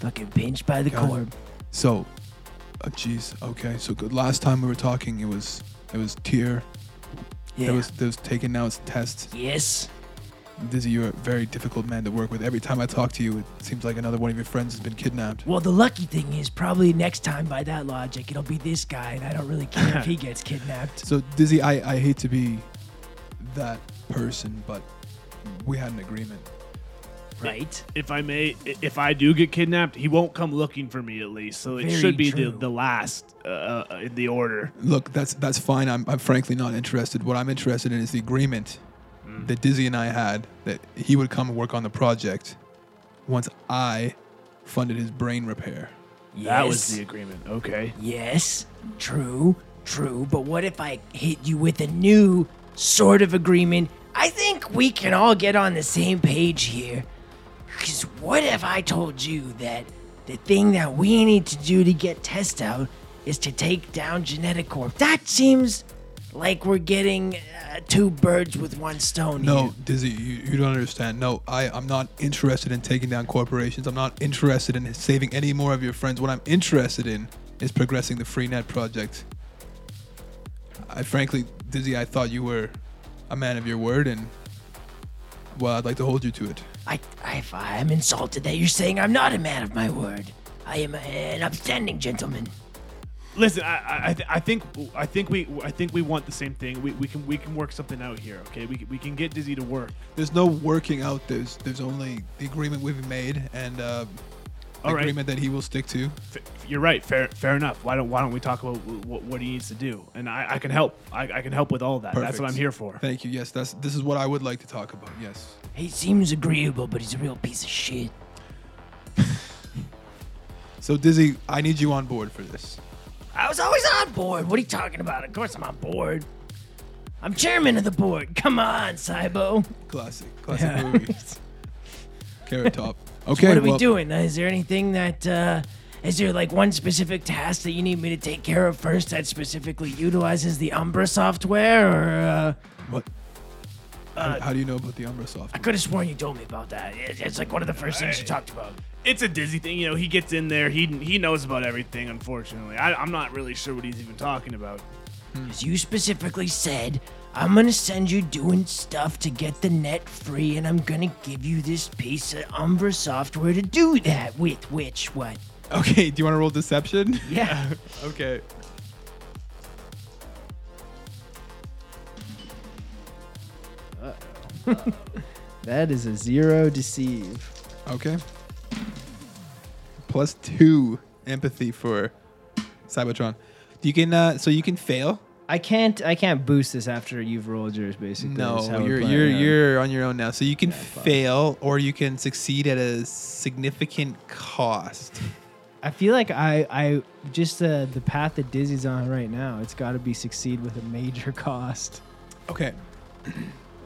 fucking pinched by the Got it. corp. So, oh, jeez. okay. So good. Last time we were talking, it was it was Tier. Yeah. That was that was taken. Now it's Test. yes. Dizzy, you're a very difficult man to work with. Every time I talk to you, it seems like another one of your friends has been kidnapped. Well, the lucky thing is probably next time, by that logic, it'll be this guy, and I don't really care if he gets kidnapped. So, Dizzy, I, I hate to be that person, but we had an agreement. Right? If I may, i- if I do get kidnapped, he won't come looking for me at least. So it Very should be the, true. the last uh, uh, in the order. Look, that's that's fine. I'm, I'm frankly not interested. What I'm interested in is the agreement that Dizzy and I had that he would come and work on the project once I funded his brain repair. Yes. That was the agreement. Okay. Yes, true, true. But what if I hit you with a new sort of agreement? I think we can all get on the same page here. Because what if I told you that the thing that we need to do to get test out is to take down Genetic Corp? That seems like we're getting uh, two birds with one stone No, here. Dizzy, you, you don't understand. No, I, I'm not interested in taking down corporations. I'm not interested in saving any more of your friends. What I'm interested in is progressing the FreeNet project. I frankly, Dizzy, I thought you were a man of your word, and well, I'd like to hold you to it. I, I, I am insulted that you're saying I'm not a man of my word. I am an upstanding gentleman. Listen, I, I- I, th- I think, I think we, I think we want the same thing. We, we can, we can work something out here. Okay, we, can- we can get Dizzy to work. There's no working out. There's there's only the agreement we've made and uh, the All right. agreement that he will stick to. F- you're right. Fair, fair enough. Why don't, why don't we talk about what, what he needs to do? And I, I can help. I, I can help with all that. That's what Perfect. I'm here for. Thank you. Yes, that's this is what I would like to talk about. Yes. He seems agreeable, but he's a real piece of shit. So Dizzy, I need you on board for this. I was always on board. What are you talking about? Of course I'm on board. I'm chairman of the board. Come on, Cybo. Classic, classic movie. Carrot Top. Okay, what are well, we doing? Is there anything that, uh, is there like one specific task that you need me to take care of first that specifically utilizes the Umbra software? Or, uh, What? how, how do you know about the Umbra software? I could have sworn you told me about that. It- It's like one of the first things you talked about. It's a Dizzy thing. You know, he gets in there. He, he knows about everything. Unfortunately, I, I'm not really sure what he's even talking about. Because you specifically said, I'm going to send you doing stuff to get the net free, and I'm going to give you this piece of Umbra software to do that with, which, what? okay, do you want to roll deception? Yeah. okay. That is a zero deceive. Okay. Plus two empathy for Cybertron. You can uh, so you can fail. I can't. I can't boost this after you've rolled yours. Basically, is how No, we're you're playing you're it. you're on your own now. So you can fail or you can succeed at a significant cost. I feel like I I just uh, the path that Dizzy's on right now. It's got to be succeed with a major cost. Okay.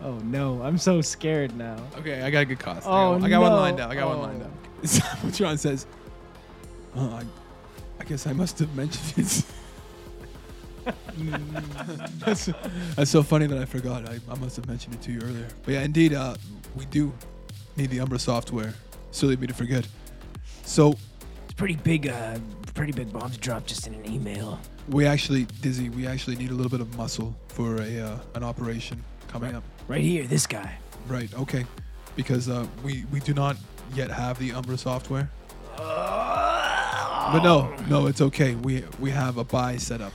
Oh no, I'm so scared now. Okay, I got a good cost. Oh, I got, I got one no. lined up. I got Oh. one lined up. Cybertron says, oh, I, I guess I must have mentioned it. that's, that's so funny that I forgot. I, I must have mentioned it to you earlier. But yeah, indeed, uh, we do need the Umbra software. Silly of me to forget. So It's pretty big, uh, pretty big bomb to drop just in an email. we actually, Dizzy, we actually need a little bit of muscle for a uh, an operation coming up. Right here, this guy. Right. Okay. Because uh, we we do not yet have the Umbra software. Oh, But no, no, it's okay. We we have a buy set up.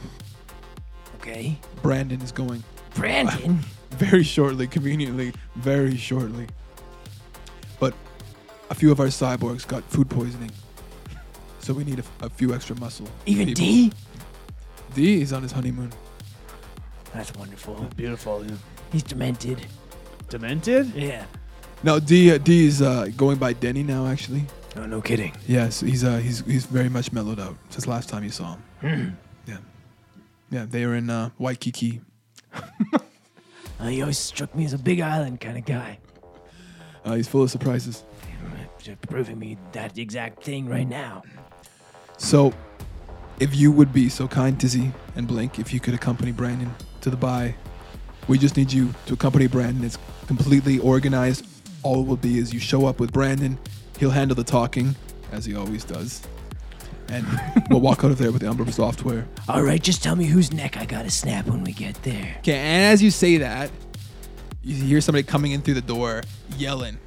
Okay. Brandon is going Brandon. very shortly, conveniently, very shortly. But a few of our cyborgs got food poisoning, so we need a, a few extra muscle. Even people. D? D is on his honeymoon. That's wonderful. Beautiful. Yeah. He's demented. Demented? Yeah. Now D uh, D is uh, going by Denny now actually. No, no kidding. Yes, he's uh, he's he's very much mellowed out since last time you saw him. yeah, yeah, they were in uh, Waikiki. Uh, he always struck me as a big island kind of guy. Uh, he's full of surprises. Just proving me that exact thing right now. So, if you would be so kind, Tizzy and Blink, if you could accompany Brandon to the buy, we just need you to accompany Brandon. It's completely organized. All it will be is you show up with Brandon. He'll handle the talking, as he always does, and we'll walk out of there with the Umbra software. All right, just tell me whose neck I gotta snap when we get there. Okay, and as you say that, you hear somebody coming in through the door yelling.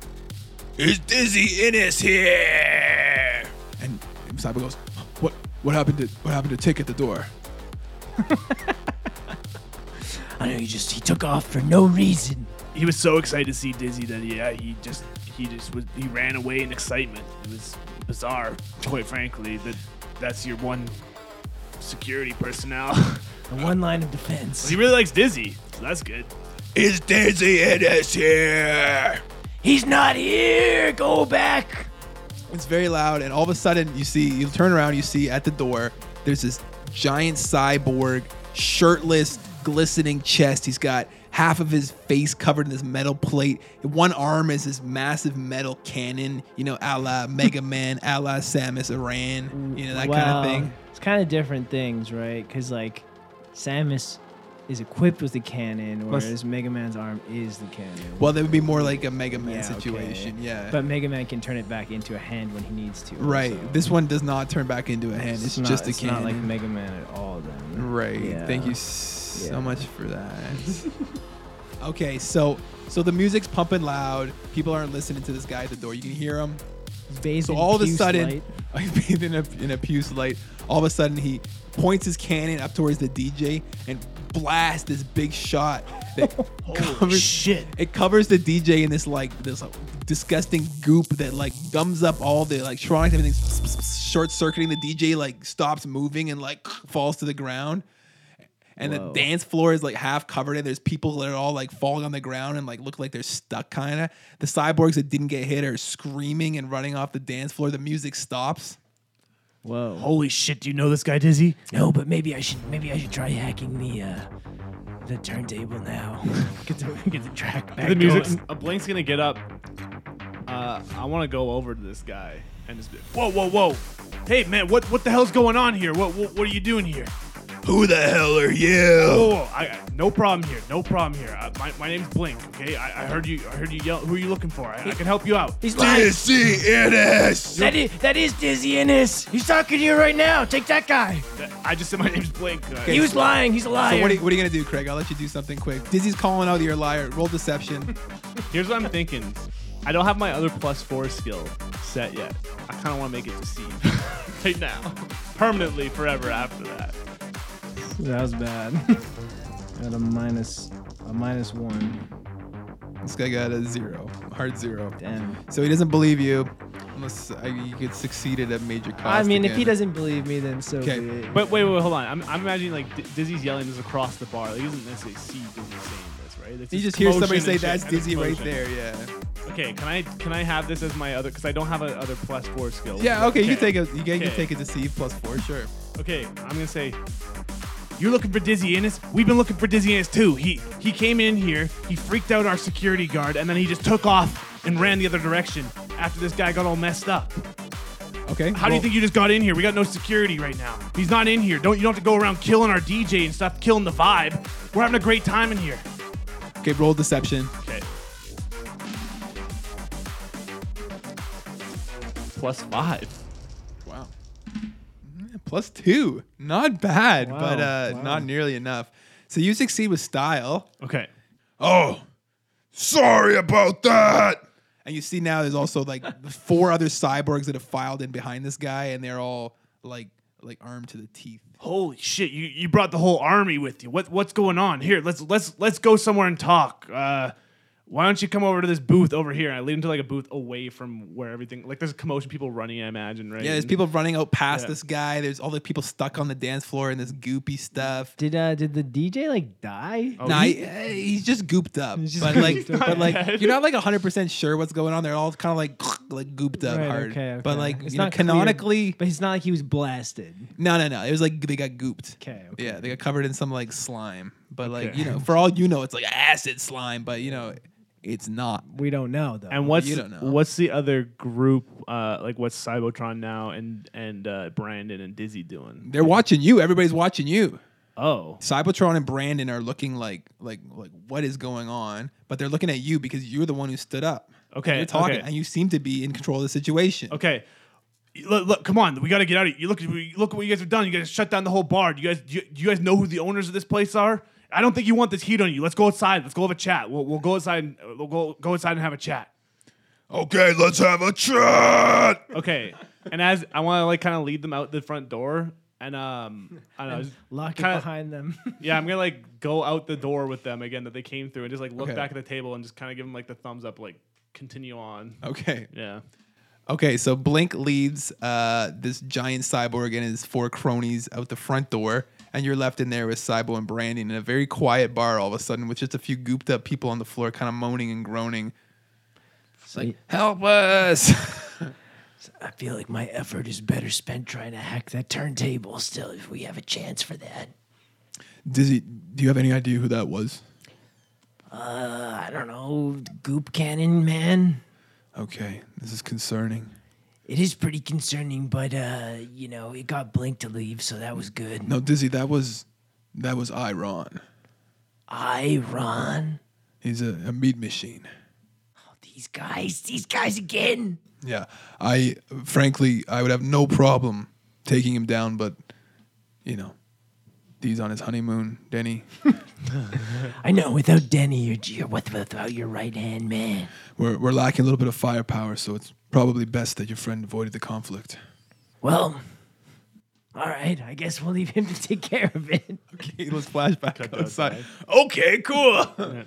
Is Dizzy Innis here? And Cyber goes, "What? What happened to What happened to Tick at the door?" I know he just he took off for no reason. He was so excited to see Dizzy that he, yeah, he just he just was he ran away in excitement. It was bizarre, quite frankly. That that's your one security personnel. The one line of he defense. really likes Dizzy, so that's good. Is Dizzy Innis here? He's not here. Go back. It's very loud, and all of a sudden you see you turn around, you see at the door there's this giant cyborg, shirtless, glistening chest. He's got half of his face covered in this metal plate. One arm is this massive metal cannon, you know, a la Mega Man, a la Samus Aran, you know, that Wow. kind of thing. It's kind of different things, right? Because like, Samus is equipped with the cannon, Plus- whereas Mega Man's arm is the cannon. Well, that would be more like a Mega Man Yeah, okay. situation, yeah. But Mega Man can turn it back into a hand when he needs to. right. also. This one does not turn back into a hand. It's, not- just a it's cannon. not like Mega Man at all. Then. Right. Yeah. Thank you so Yeah. much for that. okay, so so the music's pumping loud. People aren't listening to this guy at the door. You can hear him. Bathed So in all of a puce sudden, light. bathed in a in a puce light. All of a sudden, he points his cannon up towards the DJ and blasts this big shot that covers Shit. it covers the DJ in this like this like, disgusting goop that like gums up all the electronics. Everything's short circuiting. The DJ like stops moving and like falls to the ground. And Whoa. the dance floor is like half covered, and there's people that are all like falling on the ground and like look like they're stuck, kind of. The cyborgs that didn't get hit are screaming and running off the dance floor. The music stops. Whoa. Holy shit! Do you know this guy, Dizzy? No, but maybe I should maybe I should try hacking the uh the turntable now. get the get the track back. the music. going. A Blink's gonna get up. Uh, I want to go over to this guy and just be, whoa, whoa, whoa! Hey, man, what what the hell's going on here? What what, what are you doing here? Who the hell are you? Whoa, whoa, I, I- no problem here, no problem here. Uh, my, my name's Blink. Okay, I, I heard you. I heard you yell. Who are you looking for? I, I can help you out. He's lying. Dizzy Innis. That is, that is Dizzy Innes. He's talking to you right now. Take that guy. I just said my name's Blink. Uh, He was lying. He's a liar. So what are, you, what are you gonna do, Craig? I'll let you do something quick. Dizzy's calling out that you're a liar. Roll deception. Here's what I'm thinking. I don't have my other plus four skill set yet. I kind of want to make it to C right now, permanently, forever after that. That was bad. At a minus, a minus one. this guy got a zero, hard zero. Damn. So he doesn't believe you unless uh, you could succeed at a major cost. I mean, if he again. doesn't believe me, then so Okay. be it. But wait, wait, wait, hold on. I'm, I'm imagining like D- Dizzy's yelling this across the bar. Like, he doesn't necessarily see Dizzy saying this, right? It's You his just hear somebody motion say and shit that's and his Dizzy right motion." there, yeah. Okay, can I can I have this as my other? Because I don't have a other plus four skill. Yeah, okay, you can take a you can, you can Okay. take a deceive plus four, sure. Okay, I'm gonna say. You're looking for Dizzy Innes. We've been looking for Dizzy Innes too. He he came in here. He freaked out our security guard, and then he just took off and ran the other direction. After this guy got all messed up. Okay. How do you think you just got in here? We got no security right now. He's not in here. Don't you don't have to go around killing our DJ and stuff, killing the vibe. We're having a great time in here. Okay, roll deception. Okay. Plus five. Wow. Mm, Plus two. Not bad, but Wow, uh not nearly enough. So you succeed with style. Okay. Oh, sorry about that. And you see now there's also like four other cyborgs that have filed in behind this guy and they're all like like armed to the teeth. Holy shit! You, you brought the whole army with you. What what's going on here? Let's let's let's go somewhere and talk. Uh, why don't you come over to this booth over here? And I lead him to like a booth away from where everything. Like there's a commotion, people running. I imagine, right? Yeah, there's And- people running out past Yeah. this guy. There's all the people stuck on the dance floor in this goopy stuff. Did uh did the DJ like die? Nah, he- eh, he's just gooped up. He's just but like, gooped up. but like, dead. you're not like 100 percent sure what's going on. They're all kind of like, like gooped up Right, hard. okay, But okay. like, It's you know, not clear. canonically, But it's not like he was blasted. no, no, no. It was like they got gooped. Okay. okay. Yeah, they got covered in some like slime. But like, Okay. you know, for all you know, it's like acid slime. But you know, it's not. We don't know though. And what's You don't know. what's the other group? Uh, like what's Cybotron now and and uh, Brandon and Dizzy doing? They're watching you. Everybody's watching you. Oh, Cybertron and Brandon are looking like like like what is going on, but they're looking at you because you're the one who stood up. Okay, you're talking, okay. and you seem to be in control of the situation. okay. Look, look, come on! We gotta get out of here. You Look, we- look at what you guys have done. You guys shut down the whole bar. Do you guys, do you, do you guys know who the owners of this place are? I don't think you want this heat on you. Let's go outside. Let's go have a chat. We'll, we'll go outside. And, we'll go go outside and have a chat. Okay, let's have a chat. Okay. and as I want to like kind of lead them out the front door, and um, I don't know. just Lock it kinda- behind them. Yeah, I'm gonna like go out the door with them again that they came through and just like look Okay. back at the table and just kind of give them like the thumbs up, like continue on. Okay. Yeah. Okay, so Blink leads uh, this giant cyborg and his four cronies out the front door, and you're left in there with Cybo and Brandon in a very quiet bar all of a sudden with just a few gooped up people on the floor kind of moaning and groaning. It's like, help us. I feel like my effort is better spent trying to hack that turntable still if we have a chance for that. Dizzy, do you have any idea who that was? Uh, I don't know, goop cannon man. Okay, this is concerning. It is pretty concerning, but uh, you know, it got Blink to leave, so that was good. No, Dizzy, that was that was Iron. I Ron. He's a, a meat machine. These guys, these guys again. Yeah, I frankly I would have no problem taking him down, but you know, he's on his honeymoon, Denny. I know. Without Denny, you're, you're with, without your right hand man. We're we're lacking a little bit of firepower, so it's probably best that your friend avoided the conflict. Well, all right. I guess we'll leave him to take care of it. Let's flashback outside. Okay, cool.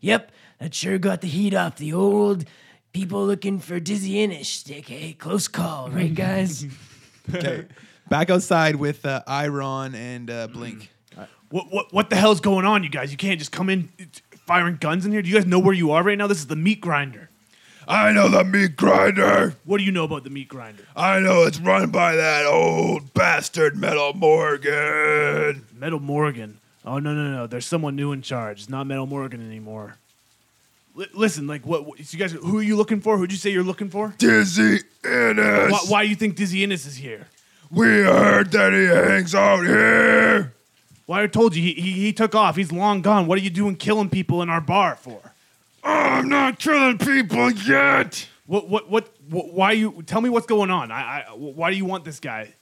Yep, that sure got the heat up. The old people looking for Dizzy Innish stick. Hey, close call, right, guys? Okay. Back outside with uh, Iron and uh, Mm. Blink. What what what the hell's going on, you guys? You can't just come in it's firing guns in here. Do you guys know where you are right now? This is the meat grinder. I know the meat grinder. What do you know about the meat grinder? I know it's run by that old bastard Metal Morgan. Metal Morgan. Oh no no no! There's someone new in charge. It's not Metal Morgan anymore. Li- listen, like what, what? You guys, who are you looking for? Who'd you say you're looking for? Dizzy Innes. Why, why do you think Dizzy Innes is here? We heard that he hangs out here. Well, I told you he, he he took off. He's long gone. What are you doing killing people in our bar for? I'm not killing people yet. What what what? what why you tell me what's going on? I, I why do you want this guy?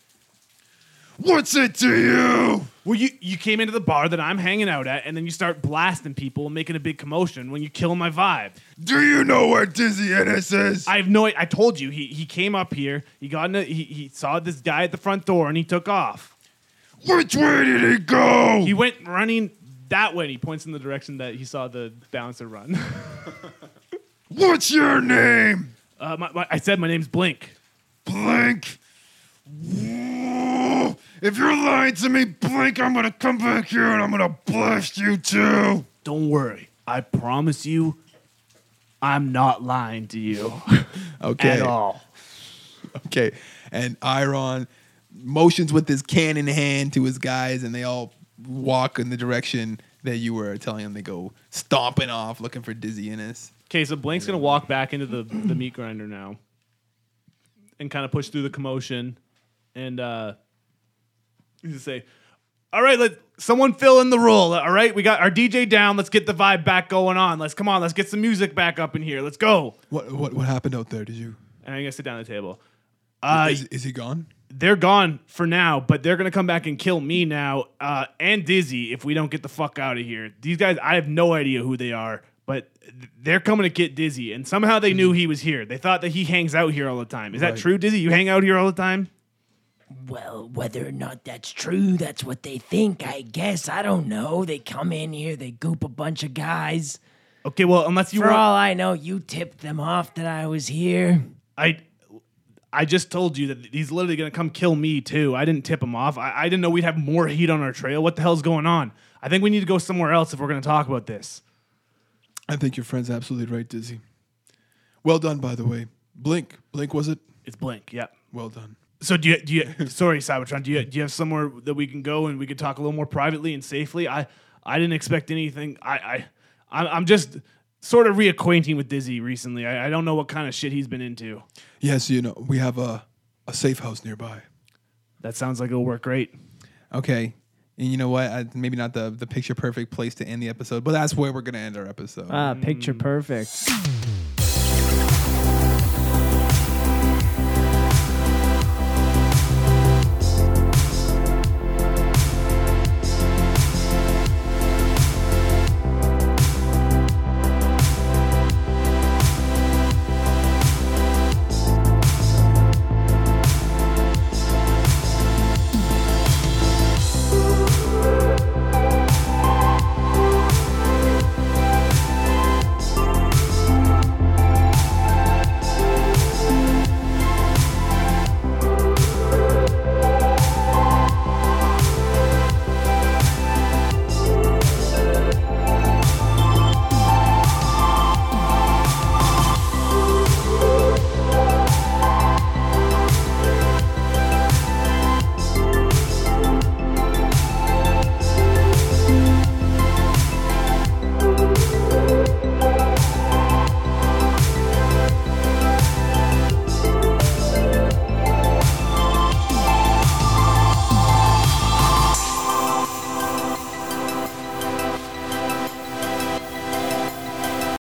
What's it to you? Well, you you came into the bar that I'm hanging out at, and then you start blasting people and making a big commotion when you kill my vibe. Do you know where Dizzy Innes is? I have no. I told you he he came up here. He got in. A, he he saw this guy at the front door, and he took off. Which way did he go? He went running that way. And he points in the direction that he saw the bouncer run. What's your name? uh, my, my, I said my name's Blink. Blink. If you're lying to me, Blink, I'm gonna come back here and I'm gonna blast you too. Don't worry. I promise you, I'm not lying to you Okay. at all. Okay. And Iron motions with his cannon hand to his guys, and they all walk in the direction that you were telling them. They go stomping off looking for Dizzy Innes. Okay, so Blank's gonna walk back into the, the meat grinder now, and kind of push through the commotion, and uh, he's gonna say, "All right, let someone fill in the role. All right, we got our DJ down. Let's get the vibe back going on. Let's come on. Let's get some music back up in here. Let's go." What what what happened out there? Did you? And I'm gonna sit down at the table. Uh, is, is he gone? they're gone for now, but they're gonna come back and kill me now uh, and Dizzy if we don't get the fuck out of here. These guys, I have no idea who they are, but th- they're coming to get Dizzy, and somehow they knew he was here. They thought that he hangs out here all the time. Is that Right. true, Dizzy? You hang out here all the time? Well, whether or not that's true, that's what they think, I guess. I don't know. They come in here, they goop a bunch of guys. Okay, well, unless you For want, all I know, you tipped them off that I was here. I I just told you that he's literally gonna come kill me too. I didn't tip him off. I, I didn't know we'd have more heat on our trail. What the hell's going on? I think we need to go somewhere else if we're gonna talk about this. I think your friend's absolutely right, Dizzy. Well done, by the way. Blink. Blink, was it? It's blank. Yeah. Well done. So do you? Do you? sorry, Cybertron. Do you? Do you have somewhere that we can go and we could talk a little more privately and safely? I I didn't expect anything. I I I'm- I'm just sort of reacquainting with Dizzy recently. I, I don't know what kind of shit he's been into. Yes, you know, we have a, a safe house nearby. That sounds like it'll work great. Okay. And you know what? I, maybe not the, the picture perfect place to end the episode, but that's where we're going to end our episode. Ah, picture perfect.